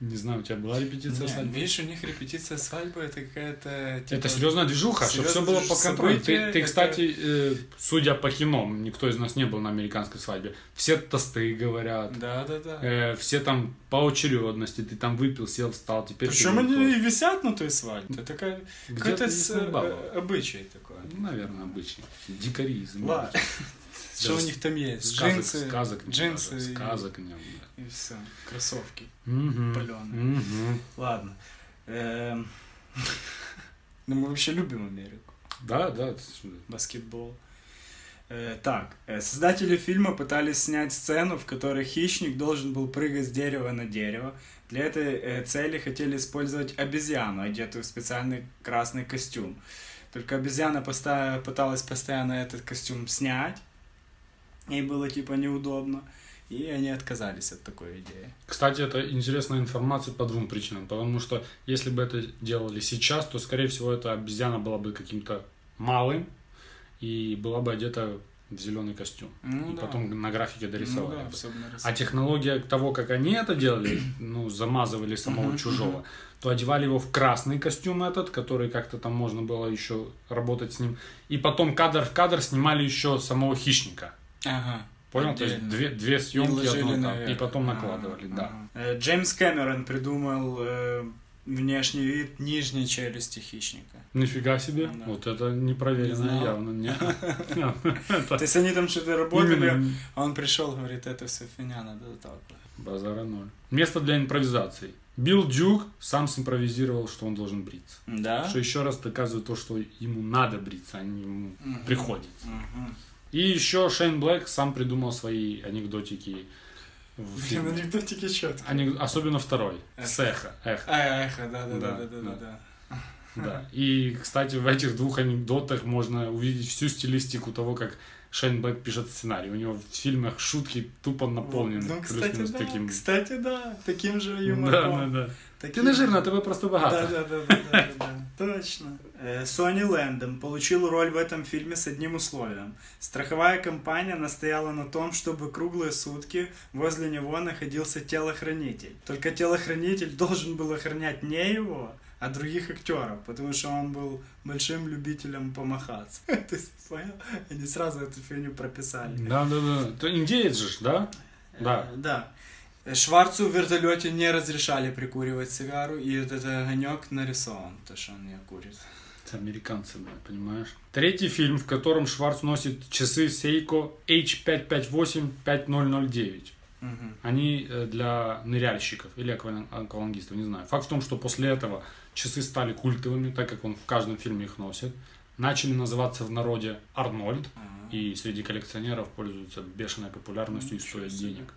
Speaker 2: Не знаю, у тебя была репетиция
Speaker 3: Не,
Speaker 2: свадьбы?
Speaker 3: Видишь, у них репетиция свадьбы это какая-то... типа,
Speaker 2: Это серьезная движуха, что все
Speaker 3: серьезное
Speaker 2: было по
Speaker 3: движ-
Speaker 2: контролю. Ты,
Speaker 3: событие,
Speaker 2: ты,
Speaker 3: это-
Speaker 2: кстати, э, судя по кино, никто из нас не был на американской свадьбе. Все тосты говорят,
Speaker 3: Да, да, да.
Speaker 2: э, все там по очередности. Ты там выпил, сел, встал, теперь.
Speaker 3: Причем
Speaker 2: ты
Speaker 3: они
Speaker 2: выпил.
Speaker 3: и висят на той свадьбе. Это такая...
Speaker 2: Где-то
Speaker 3: Какой-то с-
Speaker 2: здесь не баба.
Speaker 3: э, обычай такое.
Speaker 2: Ну, Наверное, обычный. Дикари из
Speaker 3: Ладно. Что у
Speaker 2: с-
Speaker 3: них там есть?
Speaker 2: Ну, Сказок,
Speaker 3: Джинсы.
Speaker 2: сказок не
Speaker 3: джинсы
Speaker 2: надо,
Speaker 3: и-
Speaker 2: сказок не было.
Speaker 3: И все. Кроссовки.
Speaker 2: Мгм.
Speaker 3: Палёные.
Speaker 2: Мгм.
Speaker 3: Ладно. Эм, Ну, мы вообще любим Америку.
Speaker 2: Да, да. ты что,
Speaker 3: Баскетбол. Э, Так, э, создатели фильма пытались снять сцену, в которой хищник должен был прыгать с дерева на дерево. Для этой э, цели хотели использовать обезьяну, одетую в специальный красный костюм. Только обезьяна поста- пыталась постоянно этот костюм снять. Ей было типа неудобно. И они отказались от такой идеи.
Speaker 2: Кстати, это интересная информация по двум причинам. Потому что если бы это делали сейчас, то, скорее всего, эта обезьяна была бы каким-то малым и была бы одета в зеленый костюм.
Speaker 3: Ну
Speaker 2: и
Speaker 3: да.
Speaker 2: потом на графике дорисовали.
Speaker 3: Ну да,
Speaker 2: бы.
Speaker 3: всё бы
Speaker 2: А
Speaker 3: нарисовали.
Speaker 2: технология того, как они это делали, ну, замазывали самого
Speaker 3: Мгм,
Speaker 2: чужого, то одевали его в красный костюм этот, который как-то там можно было еще работать с ним. И потом кадр в кадр снимали еще самого хищника.
Speaker 3: Ага.
Speaker 2: Понял? То есть
Speaker 3: Отдельно.
Speaker 2: две, две съемки
Speaker 3: ложили
Speaker 2: одно, там,
Speaker 3: наверх. А,
Speaker 2: и потом
Speaker 3: Ага,
Speaker 2: накладывали, да.
Speaker 3: ага. Э, Джеймс Кэмерон придумал э, внешний вид нижней челюсти хищника.
Speaker 2: Нифига себе.
Speaker 3: Да.
Speaker 2: Вот это не проверено
Speaker 3: Не знал.
Speaker 2: явно. не.
Speaker 3: То есть они там что-то работали,
Speaker 2: Именно
Speaker 3: а он пришел, говорит, это все фигня, надо так. вот».
Speaker 2: Базара ноль. Место для импровизации. Билл Дюк сам симпровизировал, что он должен бриться.
Speaker 3: Да?
Speaker 2: Что еще раз доказывает то, что ему надо бриться, а не ему
Speaker 3: Мгм.
Speaker 2: приходится.
Speaker 3: Мгм.
Speaker 2: И еще Шейн Блэк сам придумал свои анекдотики в
Speaker 3: Блин, ну
Speaker 2: фильме.
Speaker 3: анекдотики четко.
Speaker 2: Анек- Особенно второй.
Speaker 3: Эхо.
Speaker 2: С эхо. эхо,
Speaker 3: А, эхо, да, да,
Speaker 2: Да,
Speaker 3: да, да, да,
Speaker 2: да.
Speaker 3: да, да.
Speaker 2: да. И, кстати, в этих двух анекдотах можно увидеть всю стилистику того, как Шейн Блэк пишет сценарий. У него в фильмах шутки тупо наполнены.
Speaker 3: Ну, кстати,
Speaker 2: плюс-минус
Speaker 3: да,
Speaker 2: таким.
Speaker 3: кстати, да, таким же
Speaker 2: Да, да,
Speaker 3: юмором.
Speaker 2: да.
Speaker 3: Таким
Speaker 2: Ты не
Speaker 3: же.
Speaker 2: жирно, тебе просто
Speaker 3: Да,
Speaker 2: багато.
Speaker 3: да, да, да, да, да, точно. Э, Сони Лэндом получил роль в этом фильме с одним условием. Страховая компания настояла на том, чтобы круглые сутки возле него находился телохранитель. Только телохранитель должен был охранять не его, а других актеров, потому что он был большим любителем помахаться. Ты понял? Они сразу эту фигню прописали.
Speaker 2: Да, да, да. Ты индеец же, ж, да? Да.
Speaker 3: Э, Да. Э, Шварцу в вертолете не разрешали прикуривать сигару, и вот этот огонек нарисован, то, что он ее курит.
Speaker 2: Это американцы, блин, понимаешь? Третий фильм, в котором Шварц носит часы Сейко H558-5009.
Speaker 3: Мгм.
Speaker 2: Они э, для ныряльщиков или аквалан- аквалангистов, не знаю. Факт в том, что после этого часы стали культовыми, так как он в каждом фильме их носит. Начали называться в народе Арнольд.
Speaker 3: Ага.
Speaker 2: и среди коллекционеров пользуются бешеной популярностью и стоят
Speaker 3: Ничего себе.
Speaker 2: денег.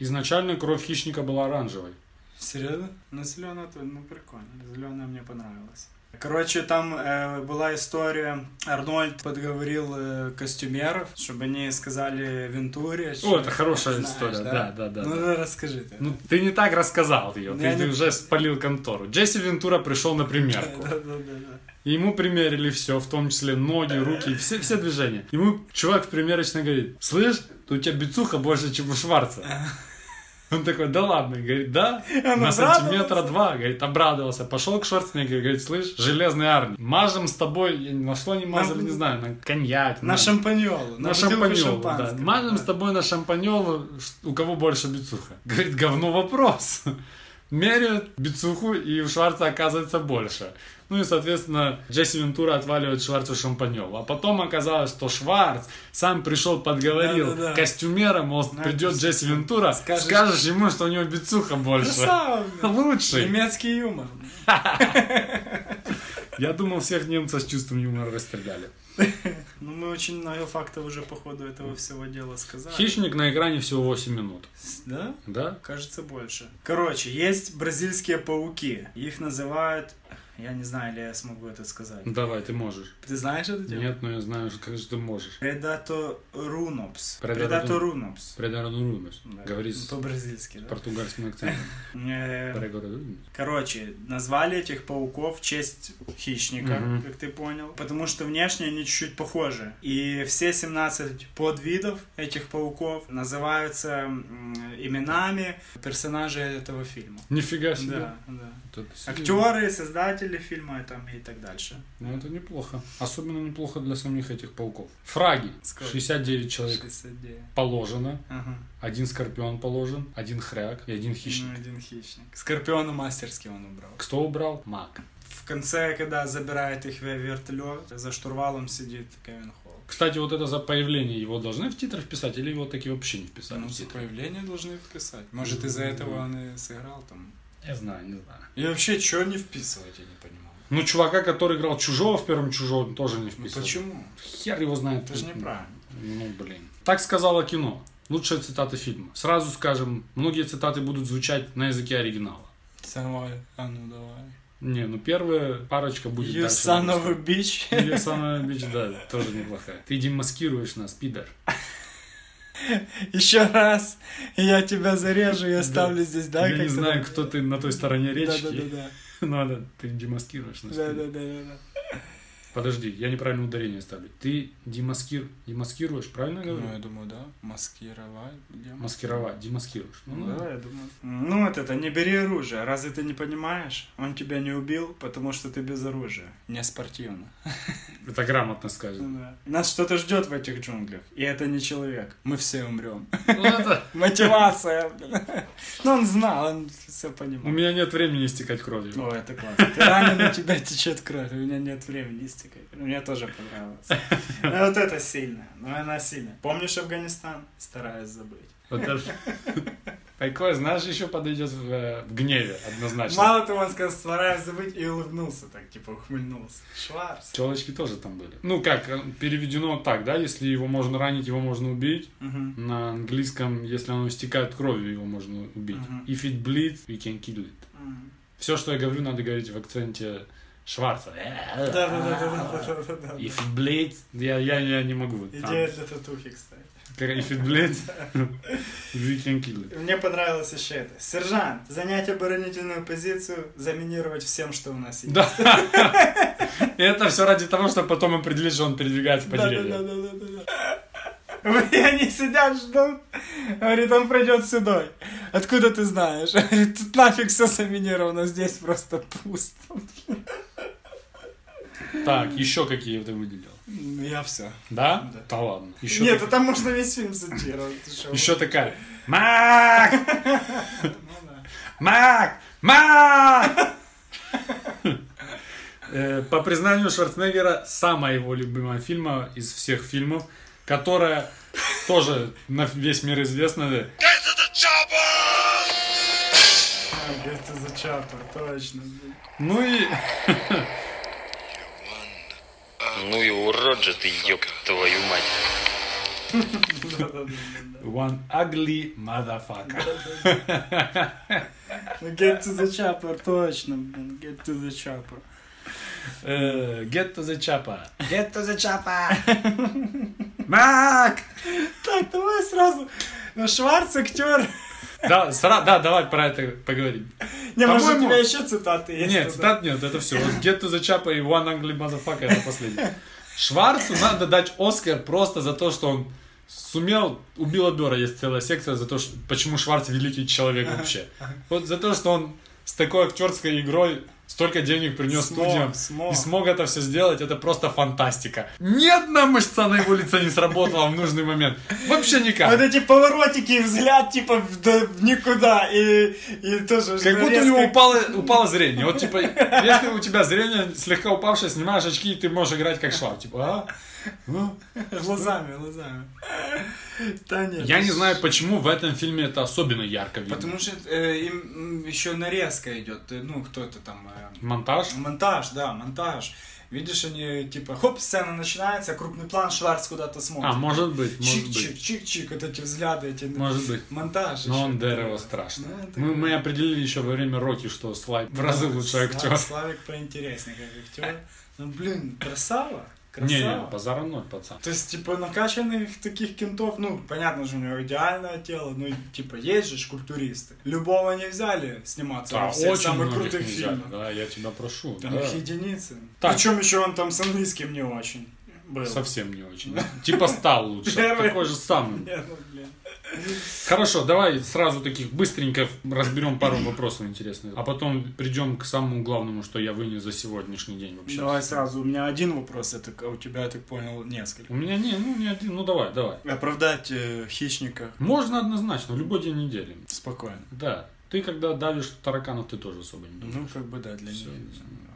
Speaker 2: Изначально кровь хищника была оранжевой.
Speaker 3: Серьезно? Ну, зеленая, то, ну, прикольно. Зеленая мне понравилась. Короче, там э, была история, Арнольд подговорил э, костюмеров, чтобы они сказали Вентуре.
Speaker 2: О,
Speaker 3: что-
Speaker 2: это хорошая
Speaker 3: Знаешь,
Speaker 2: история, да, да, да.
Speaker 3: Ну,
Speaker 2: да.
Speaker 3: да, расскажи ты.
Speaker 2: Ну, ты не так рассказал ее,
Speaker 3: Ну,
Speaker 2: ты,
Speaker 3: я
Speaker 2: ты
Speaker 3: не-
Speaker 2: уже спалил контору. Джесси Вентура пришел на
Speaker 3: да,
Speaker 2: примерку.
Speaker 3: да, да, да.
Speaker 2: И Ему примерили все, в том числе ноги, руки, все, все движения. Ему чувак в примерочной говорит, слышь, у тебя бицуха больше, чем у Шварца. Он такой, да ладно, говорит, да, на
Speaker 3: обрадовался.
Speaker 2: сантиметра два, говорит, обрадовался, пошел к Шварценеггеру, говорит, слышь, железный армии, мажем с тобой, я не- на что они мазали,
Speaker 3: На-
Speaker 2: не знаю, на коньяк,
Speaker 3: На шампаньолу.
Speaker 2: ну, на,
Speaker 3: бутылку
Speaker 2: шампаньол, да,
Speaker 3: шампанского.
Speaker 2: мажем с
Speaker 3: Да.
Speaker 2: тобой на шампаньол, у кого больше бицуха. Говорит, говно вопрос. Меряют бицуху, и у Шварца оказывается больше. Ну и, соответственно, Джесси Вентура отваливает Шварцу шампаньол. А потом оказалось, что Шварц сам пришел, подговорил
Speaker 3: Да-да-да.
Speaker 2: костюмера, мол,
Speaker 3: Надо
Speaker 2: придет
Speaker 3: с-
Speaker 2: Джесси Вентура, скажешь...
Speaker 3: скажешь-
Speaker 2: ему, что у него бицуха больше.
Speaker 3: Красава, блин.
Speaker 2: Лучший.
Speaker 3: Немецкий юмор.
Speaker 2: Я думал, всех немцев с чувством юмора расстреляли.
Speaker 3: Ну, мы очень много фактов уже по ходу этого всего дела сказали.
Speaker 2: Хищник на экране всего 8 минут.
Speaker 3: Да?
Speaker 2: Да?
Speaker 3: Кажется, больше. Короче, есть бразильские пауки. Их называют... Я не знаю, или я смогу это сказать.
Speaker 2: Давай, ты можешь.
Speaker 3: Ты знаешь эту тему?
Speaker 2: Нет, но я знаю, как же ты можешь.
Speaker 3: Предоторунопс.
Speaker 2: Предатор-
Speaker 3: Предоторунопс.
Speaker 2: Предарунумес.
Speaker 3: Да.
Speaker 2: Говори
Speaker 3: Ну,
Speaker 2: с
Speaker 3: По-бразильски, да?
Speaker 2: португальским акцентом.
Speaker 3: Э,
Speaker 2: Предарунумес.
Speaker 3: Короче, назвали этих пауков в честь хищника,
Speaker 2: Мгм.
Speaker 3: как ты понял. Потому что внешне они чуть-чуть похожи. И все 17 подвидов этих пауков называются м, именами персонажей этого фильма.
Speaker 2: Нифига себе.
Speaker 3: Да, да.
Speaker 2: Вот это серьезно.
Speaker 3: Актеры, создатели фильма там, и так дальше.
Speaker 2: Ну, это неплохо. Особенно неплохо для самих этих пауков. Фраги.
Speaker 3: Сколько?
Speaker 2: 69 человек
Speaker 3: 69.
Speaker 2: положено.
Speaker 3: Ага.
Speaker 2: Один скорпион положен, один хряк и один
Speaker 3: Ну,
Speaker 2: хищник.
Speaker 3: один хищник. Скорпиона мастерски он убрал.
Speaker 2: Кто убрал? Маг.
Speaker 3: В конце, когда забирает их в вертолет, за штурвалом сидит Кевин Холл.
Speaker 2: Кстати, вот это за появление его должны в титры вписать или его таки вообще не вписали
Speaker 4: Ну,
Speaker 2: в
Speaker 4: за
Speaker 2: титры?
Speaker 4: появление должны вписать. Может, из-за этого он и сыграл там.
Speaker 2: Я знаю, не знаю.
Speaker 4: И вообще, чего не вписывать, я не понимаю.
Speaker 2: Ну, чувака, который играл Чужого в первом Чужом, тоже не
Speaker 4: Ну,
Speaker 2: вписали.
Speaker 4: почему?
Speaker 2: Хер его знает.
Speaker 4: Это же неправильно.
Speaker 2: Ну, блин. Так сказала кино. Лучшие цитаты фильма. Сразу скажем, многие цитаты будут звучать на языке оригинала.
Speaker 4: Давай, а ну давай.
Speaker 2: Не, ну первая парочка будет
Speaker 3: You
Speaker 2: дальше.
Speaker 3: son of a bitch.
Speaker 2: Или самая бич, да, тоже неплохая. Ты демаскируешь нас, пидор.
Speaker 3: Еще раз, и я тебя зарежу и оставлю здесь, да?
Speaker 2: Я
Speaker 3: как
Speaker 2: не
Speaker 3: ты
Speaker 2: знаю,
Speaker 3: там?
Speaker 2: кто ты на той стороне речки.
Speaker 3: Да-да-да-да.
Speaker 2: Ну да, ты демаскируешь нас. пидор.
Speaker 3: Да-да-да-да-да.
Speaker 2: Подожди, я неправильно ударение ставлю. Ты демаскир... демаскируешь, правильно говорю?
Speaker 4: Ну, я думаю, да. Маскировать. где мы?
Speaker 2: Маскировать, демаскируешь. Ну, да.
Speaker 3: Ну, я думаю. Ну вот это, не бери оружие. Разве ты не понимаешь? Он тебя не убил, потому что ты без оружия. Не спортивно.
Speaker 2: Это грамотно сказано.
Speaker 3: Ну, Да. Нас что-то ждет в этих джунглях. И это не человек. Мы все умрем.
Speaker 2: Ну, это-
Speaker 3: Мотивация, блин. Ну он знал, он все
Speaker 2: У
Speaker 3: понимал.
Speaker 2: меня нет времени истекать кровью.
Speaker 3: О, это классно. Ты ранен, у тебя течет кровь. У меня нет времени истекать. Мне тоже понравилось. Ну, вот это сильно. Ну, она сильно. Помнишь Афганистан? Стараюсь забыть.
Speaker 2: Вот это- Такое, знаешь, еще подойдет в, э, в гневе, однозначно.
Speaker 3: Мало того, он сказал, стараюсь забыть, и улыбнулся так, типа, ухмыльнулся. Шварц.
Speaker 2: Челочки тоже там были. Ну как, э, переведено так, да? Если его можно ранить, его можно убить.
Speaker 3: Мгм.
Speaker 2: На английском, если оно истекает кровью, его можно убить.
Speaker 3: Мгм.
Speaker 2: If it bleeds, we can kill it.
Speaker 3: Мгм.
Speaker 2: Все, что я говорю, надо говорить в акценте Шварца. А,
Speaker 3: Да-да-да-да-да-да-да-да.
Speaker 2: If it bleeds, я, я, я не могу. Там.
Speaker 3: Идея для татухи, кстати.
Speaker 2: Как If it bleeds, we can kill it.
Speaker 3: Мне понравилось еще это. Сержант, занять оборонительную позицию, заминировать всем, что у нас есть.
Speaker 2: Да. И это все ради того, чтобы потом определить, что он передвигается по деревьям.
Speaker 3: И они сидят, ждут. Говорит, он придет сюда. Откуда ты знаешь? Говорит, тут нафиг все заминировано, здесь просто пусто.
Speaker 2: Так, еще какие ты выделил?
Speaker 4: Ну, Я все.
Speaker 2: Да?
Speaker 3: Да.
Speaker 2: Да ладно. Еще
Speaker 3: Нет, а там можно весь фильм цитировать. ты шо?
Speaker 2: еще такая. Мак! Мак! Мак! Э, По признанию Шварценеггера, самая его любимая фильма из всех фильмов, которая тоже на весь мир известна.
Speaker 1: Get to the chopper!
Speaker 3: А, где ты за чапа, точно. блин.
Speaker 2: Ну и
Speaker 5: Ну и урод же ты, ёб твою мать.
Speaker 3: Да-да-да-да-да.
Speaker 2: One Ugly Motherfucker.
Speaker 3: Ну, Get to the chopper, точно, блин. Get to the chopper.
Speaker 2: Э, Get to the chopper.
Speaker 3: Get to the chopper.
Speaker 2: Мак!
Speaker 3: Так, давай сразу. Ну, Шварц актер.
Speaker 2: Да, сра- да, давай про это поговорим.
Speaker 3: Не, может, у
Speaker 2: По-моему-
Speaker 3: тебя еще цитаты есть?
Speaker 2: Нет,
Speaker 3: туда?
Speaker 2: цитат нет, это все. Вот Get to the Chapa и One Ugly Motherfucker это последнее. Шварцу надо дать Оскар просто за то, что он сумел, убил Бера, есть целая секция за то, что, почему Шварц великий человек вообще. Вот за то, что он с такой актерской игрой столько денег принес
Speaker 3: Смог,
Speaker 2: студиям
Speaker 3: смог.
Speaker 2: и смог это все сделать, это просто фантастика. Ни одна мышца на его лице не сработала в нужный момент. Вообще никак.
Speaker 3: Вот эти поворотики и взгляд, типа, в, да, в никуда. И, и тоже...
Speaker 2: Как будто
Speaker 3: резко-
Speaker 2: у него упало, упало зрение. Вот, типа, если у тебя зрение слегка упавшее, снимаешь очки, и ты можешь играть как шваб. Типа, а? Ну.
Speaker 3: Глазами, глазами. Да нет. ну,
Speaker 2: Я не знаю, почему в этом фильме это особенно ярко видно.
Speaker 4: Потому что э, им еще нарезка идет. Ну, кто-то там прям.
Speaker 2: Монтаж?
Speaker 3: Монтаж, да, монтаж. Видишь, они типа, хоп, сцена начинается, крупный план, Шварц куда-то смотрит.
Speaker 2: А, может быть, может
Speaker 3: Чик-чик,
Speaker 2: быть.
Speaker 3: чик-чик, вот эти взгляды, эти...
Speaker 2: Может быть.
Speaker 3: Монтаж.
Speaker 2: Но
Speaker 3: еще,
Speaker 2: он
Speaker 3: да.
Speaker 2: дерево страшно.
Speaker 3: Ну, это-
Speaker 2: Мы, мы определили еще во время Рокки, что Слай в разы лучше
Speaker 3: Сла-
Speaker 2: актер.
Speaker 3: Славик поинтереснее, как актер. Ну, блин, красава. Красава.
Speaker 2: Не, не, базара ноль, пацан.
Speaker 3: То есть, типа, накачанных таких кентов, ну, понятно же, у него идеальное тело, ну, и, типа, есть же ж культуристы. Любого не взяли сниматься
Speaker 2: Да,
Speaker 3: во всех
Speaker 2: А, очень
Speaker 3: самых
Speaker 2: многих
Speaker 3: крутых
Speaker 2: не взяли,
Speaker 3: фильмах.
Speaker 2: Да, я тебя прошу.
Speaker 3: Там
Speaker 2: да.
Speaker 3: их единицы.
Speaker 2: Так.
Speaker 3: Причем еще он там с английским не очень был.
Speaker 2: Совсем не очень. Типа стал лучше.
Speaker 3: Первый.
Speaker 2: Такой же самый.
Speaker 3: Не, ну, блин.
Speaker 2: Хорошо, давай сразу таких быстренько разберем пару вопросов интересных. А потом придем к самому главному, что я вынес за сегодняшний день вообще.
Speaker 3: Давай сразу, у меня один вопрос, это, а у тебя, я так понял, несколько.
Speaker 2: У меня не, ну не один, ну давай, давай.
Speaker 3: Оправдать э, хищника
Speaker 2: Можно однозначно, в любой день недели.
Speaker 3: спокойно.
Speaker 2: Да. Ты когда давишь тараканов, ты тоже особо не думаешь.
Speaker 3: Ну, как бы, да, для
Speaker 2: Всё.
Speaker 3: меня.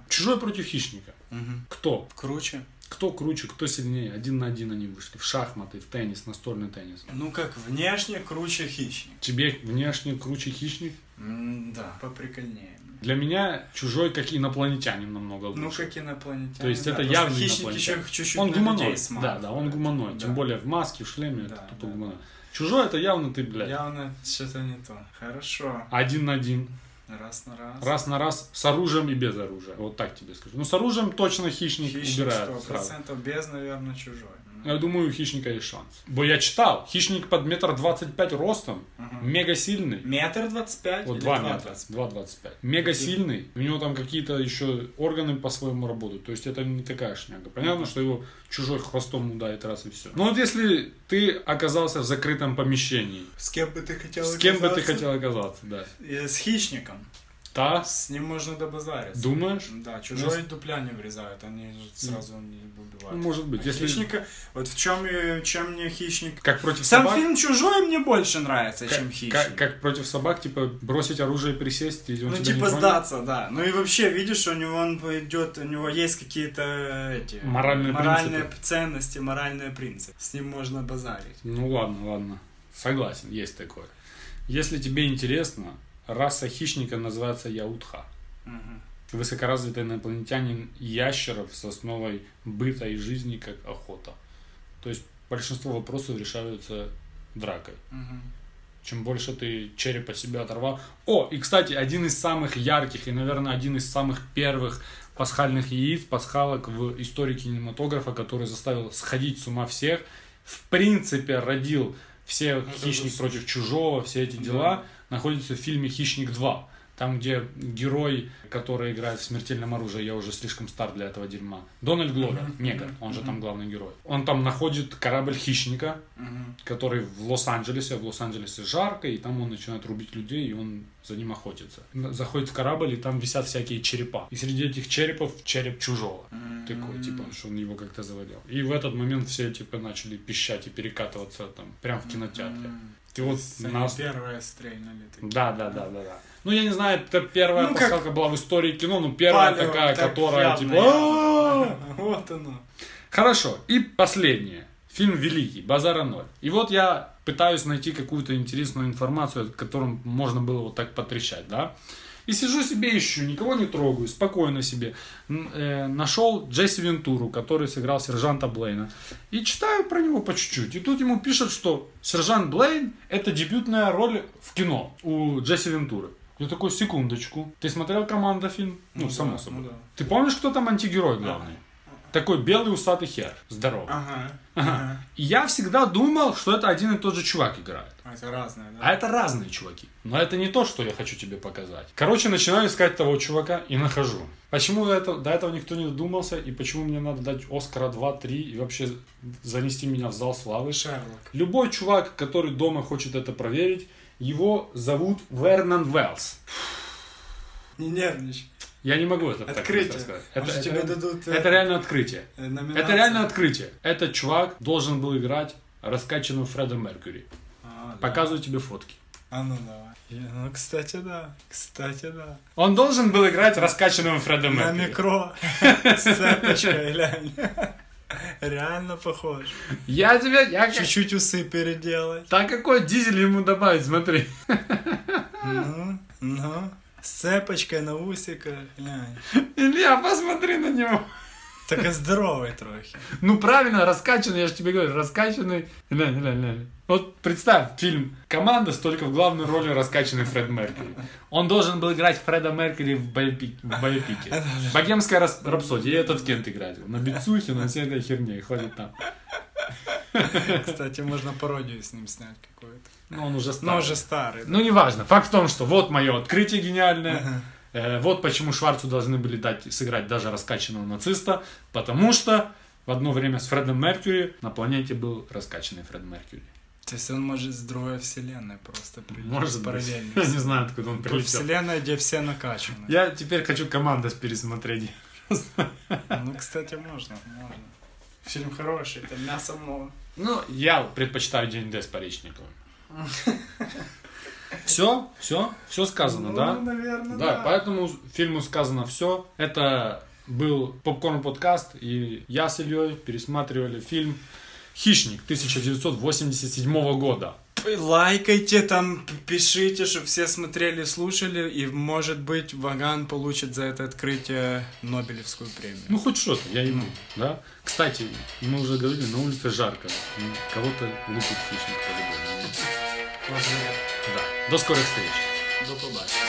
Speaker 2: Чужой против хищника.
Speaker 3: Мгм.
Speaker 2: Кто?
Speaker 3: Круче.
Speaker 2: Кто круче, кто сильнее? Один на один они вышли. В шахматы, в теннис, настольный теннис.
Speaker 3: Ну, как внешне круче хищник.
Speaker 2: Тебе внешне круче хищник?
Speaker 3: М, Да. Поприкольнее.
Speaker 2: Для меня чужой как инопланетянин намного лучше.
Speaker 3: Ну, как инопланетяне.
Speaker 2: То есть
Speaker 3: да,
Speaker 2: это
Speaker 3: просто
Speaker 2: явный
Speaker 3: хищник
Speaker 2: инопланетянин.
Speaker 3: еще чуть-чуть
Speaker 2: он
Speaker 3: на людей
Speaker 2: гуманоид.
Speaker 3: смахивает.
Speaker 2: Да, да, он гуманоид. Тем
Speaker 3: Да.
Speaker 2: более в маске, в шлеме,
Speaker 3: Да,
Speaker 2: это кто-то
Speaker 3: да.
Speaker 2: гуманоид. Чужой это явно ты, блядь.
Speaker 3: Явно что-то не то. Хорошо.
Speaker 2: Один на один.
Speaker 3: Раз на раз.
Speaker 2: Раз на раз с оружием и без оружия. Вот так тебе скажу. Ну, с оружием точно хищник,
Speaker 3: Хищник
Speaker 2: убирают сразу. Э,
Speaker 3: 100%, без, наверное, чужой. М.
Speaker 2: Я думаю, у хищника есть шанс. Бо я читал, хищник под метр двадцать пять ростом,
Speaker 3: Мгм.
Speaker 2: мега сильный.
Speaker 3: Метр двадцать пять?
Speaker 2: Вот
Speaker 3: или
Speaker 2: два
Speaker 3: два
Speaker 2: метра,
Speaker 3: двадцать?
Speaker 2: два двадцать пять. Мега сильный, у него там какие-то еще органы по-своему работают. То есть это не такая шняга. Понятно, что его чужой хвостом ударит раз и все. Но вот если ты оказался в закрытом помещении,
Speaker 3: С кем бы ты хотел
Speaker 2: с кем бы ты
Speaker 3: оказаться?
Speaker 2: хотел оказаться, да?
Speaker 3: Э, С хищником.
Speaker 2: Та?
Speaker 3: С ним можно добазариться.
Speaker 2: Думаешь?
Speaker 3: Да, чужой дупля не врезают, они же сразу не
Speaker 2: Ну,
Speaker 3: убивают.
Speaker 2: может
Speaker 3: А
Speaker 2: быть. Если
Speaker 3: Хищника, вот в чем, э, чем мне хищник
Speaker 2: как против
Speaker 3: Сам
Speaker 2: собак,
Speaker 3: фильм «Чужой» мне больше нравится,
Speaker 2: как,
Speaker 3: чем
Speaker 2: как-
Speaker 3: «Хищник».
Speaker 2: как против собак, типа бросить оружие, и присесть, и он
Speaker 3: ну,
Speaker 2: тебя не
Speaker 3: типа
Speaker 2: тронет?
Speaker 3: сдаться, да. Ну и вообще, видишь, у него он идет, у него есть какие-то э, эти...
Speaker 2: Моральные
Speaker 3: принципы. ценности, моральные принципы. С ним можно базарить.
Speaker 2: Ну ладно, ладно. Согласен, есть такое. Если тебе интересно, раса хищника называется Яутха.
Speaker 3: Мгм.
Speaker 2: Высокоразвитый инопланетянин ящеров с основой быта и жизни как охота. То есть большинство вопросов решаются дракой.
Speaker 3: Мгм.
Speaker 2: Чем больше ты черепа себя оторвал. О, и кстати, один из самых ярких и, наверное, один из самых первых пасхальных яиц, пасхалок в истории кинематографа, который заставил сходить с ума всех. В принципе, родил все
Speaker 4: это
Speaker 2: «Хищник
Speaker 4: же-
Speaker 2: против чужого», все эти дела, находится в фильме «Хищник 2». Там, где герой, который играет в смертельном оружии, я уже слишком стар для этого дерьма. Дональд Гловер, негр, он же там главный герой. Он там находит корабль хищника,
Speaker 3: Мгм.
Speaker 2: который в Лос-Анджелесе, в Лос-Анджелесе жарко, и там он начинает рубить людей, и он за ним охотится. Заходит в корабль, и там висят всякие черепа. И среди этих черепов череп чужого. Такой, типа, что он его как-то заводил. И в этот момент все, типа, начали пищать и перекатываться там, прям в кинотеатре. И вот
Speaker 3: Они
Speaker 2: нас...
Speaker 3: первые стрельнули. такие.
Speaker 2: Да, да, да, да, да. Ну, я не знаю, это первая
Speaker 3: Ну, как-
Speaker 2: пасхалка была в истории кино, но первая
Speaker 3: Палево,
Speaker 2: такая,
Speaker 3: так
Speaker 2: которая,
Speaker 3: явно,
Speaker 2: типа... «А-а-а!»
Speaker 3: явно. Вот оно.
Speaker 2: Хорошо, и последнее. Фильм «Великий», «Базара ноль». И вот я пытаюсь найти какую-то интересную информацию, от которой можно было вот так потрещать, да? И сижу себе ищу, никого не трогаю, спокойно себе. М, э, нашел Джесси Вентуру, который сыграл сержанта Блейна. И читаю про него по чуть-чуть. И тут ему пишут, что сержант Блейн – это дебютная роль в кино у Джесси Вентуры. Я такой, секундочку, ты смотрел «Команда» фильм? Ну,
Speaker 3: да,
Speaker 2: само
Speaker 3: ну
Speaker 2: собой.
Speaker 3: да.
Speaker 2: Ты помнишь, кто там антигерой главный? Такой белый усатый хер. Здорово.
Speaker 3: Ага. ага.
Speaker 2: И я всегда думал, что это один и тот же чувак играет.
Speaker 3: А Это разное, да?
Speaker 2: А это разные чуваки. Но это не то, что я хочу тебе показать. Короче, начинаю искать того чувака и нахожу. Почему до этого, до этого никто не додумался и почему мне надо дать Оскара 2-3 и вообще занести меня в зал славы?
Speaker 3: Шерлок.
Speaker 2: Любой чувак, который дома хочет это проверить, его зовут Вернан Велс.
Speaker 3: Не нервничай.
Speaker 2: Я не могу это так
Speaker 3: Открытие.
Speaker 2: просто сказать.
Speaker 3: Может,
Speaker 2: Это-
Speaker 3: тебе
Speaker 2: это-
Speaker 3: дадут, э,
Speaker 2: это реально открытие.
Speaker 3: Э, номинация.
Speaker 2: Это реально открытие. Этот чувак должен был играть раскачанного Фреда Меркьюри.
Speaker 3: А, да.
Speaker 2: Показываю тебе фотки.
Speaker 3: А ну давай. Я- Ну, кстати, да. Кстати, да.
Speaker 2: Он должен был играть раскачанного Фреда
Speaker 3: На
Speaker 2: Меркьюри.
Speaker 3: микро. С цепочкой, реально. Реально похож.
Speaker 2: Я тебя... Я... как-
Speaker 3: Чуть-чуть усы переделать.
Speaker 2: А. Так какой дизель ему добавить, смотри.
Speaker 3: Ну, ну. С цепочкой на усика. глянь.
Speaker 2: Илья, посмотри на него.
Speaker 3: Так и здоровый трохи.
Speaker 2: Ну правильно, раскачанный, я же тебе говорю, раскачанный. Глянь, глянь, глянь. Вот представь фильм «Команда» с только в главной роли раскачанный Фред Меркель. Он должен был играть Фреда Меркеля в «Байопике». В «Байопике». Богемская рас- рапсодия. И этот Кент играть. На бицухе, на всей этой херне. и Хватит там.
Speaker 3: Кстати, можно пародию с ним снять какую-то.
Speaker 2: Но он уже
Speaker 3: Но
Speaker 2: старый.
Speaker 3: уже старый. да.
Speaker 2: Ну, неважно. Факт в том, что вот мое открытие гениальное. Э, Вот почему Шварцу должны были дать сыграть даже раскачанного нациста. Потому что в одно время с Фредом Меркьюри на планете был раскачанный Фред Меркьюри.
Speaker 3: То есть он может с другой вселенной просто прилететь.
Speaker 2: Может быть.
Speaker 3: параллельно.
Speaker 2: Я не знаю, откуда он прилетел.
Speaker 3: Вселенная, где все накачаны.
Speaker 2: Я теперь хочу команду пересмотреть.
Speaker 3: Ну, кстати, можно, можно. Фильм хороший, там мяса много.
Speaker 2: Ну, я предпочитаю День Д с Поречниковым. Все, все, все сказано,
Speaker 3: ну,
Speaker 2: да?
Speaker 3: наверное,
Speaker 2: Да, поэтому фильму сказано все. Это был попкорн подкаст, и я с Ильей пересматривали фильм Хищник 1987 года.
Speaker 3: П- Лайкайте там, п- пишите, чтобы все смотрели, слушали, и, может быть, Ваган получит за это открытие Нобелевскую премию.
Speaker 2: Ну хоть что-то, я ему, да. Кстати, мы уже говорили, на улице жарко. М, Кого-то лупит хищник по-любому. Да. До скорых встреч.
Speaker 3: До побачення.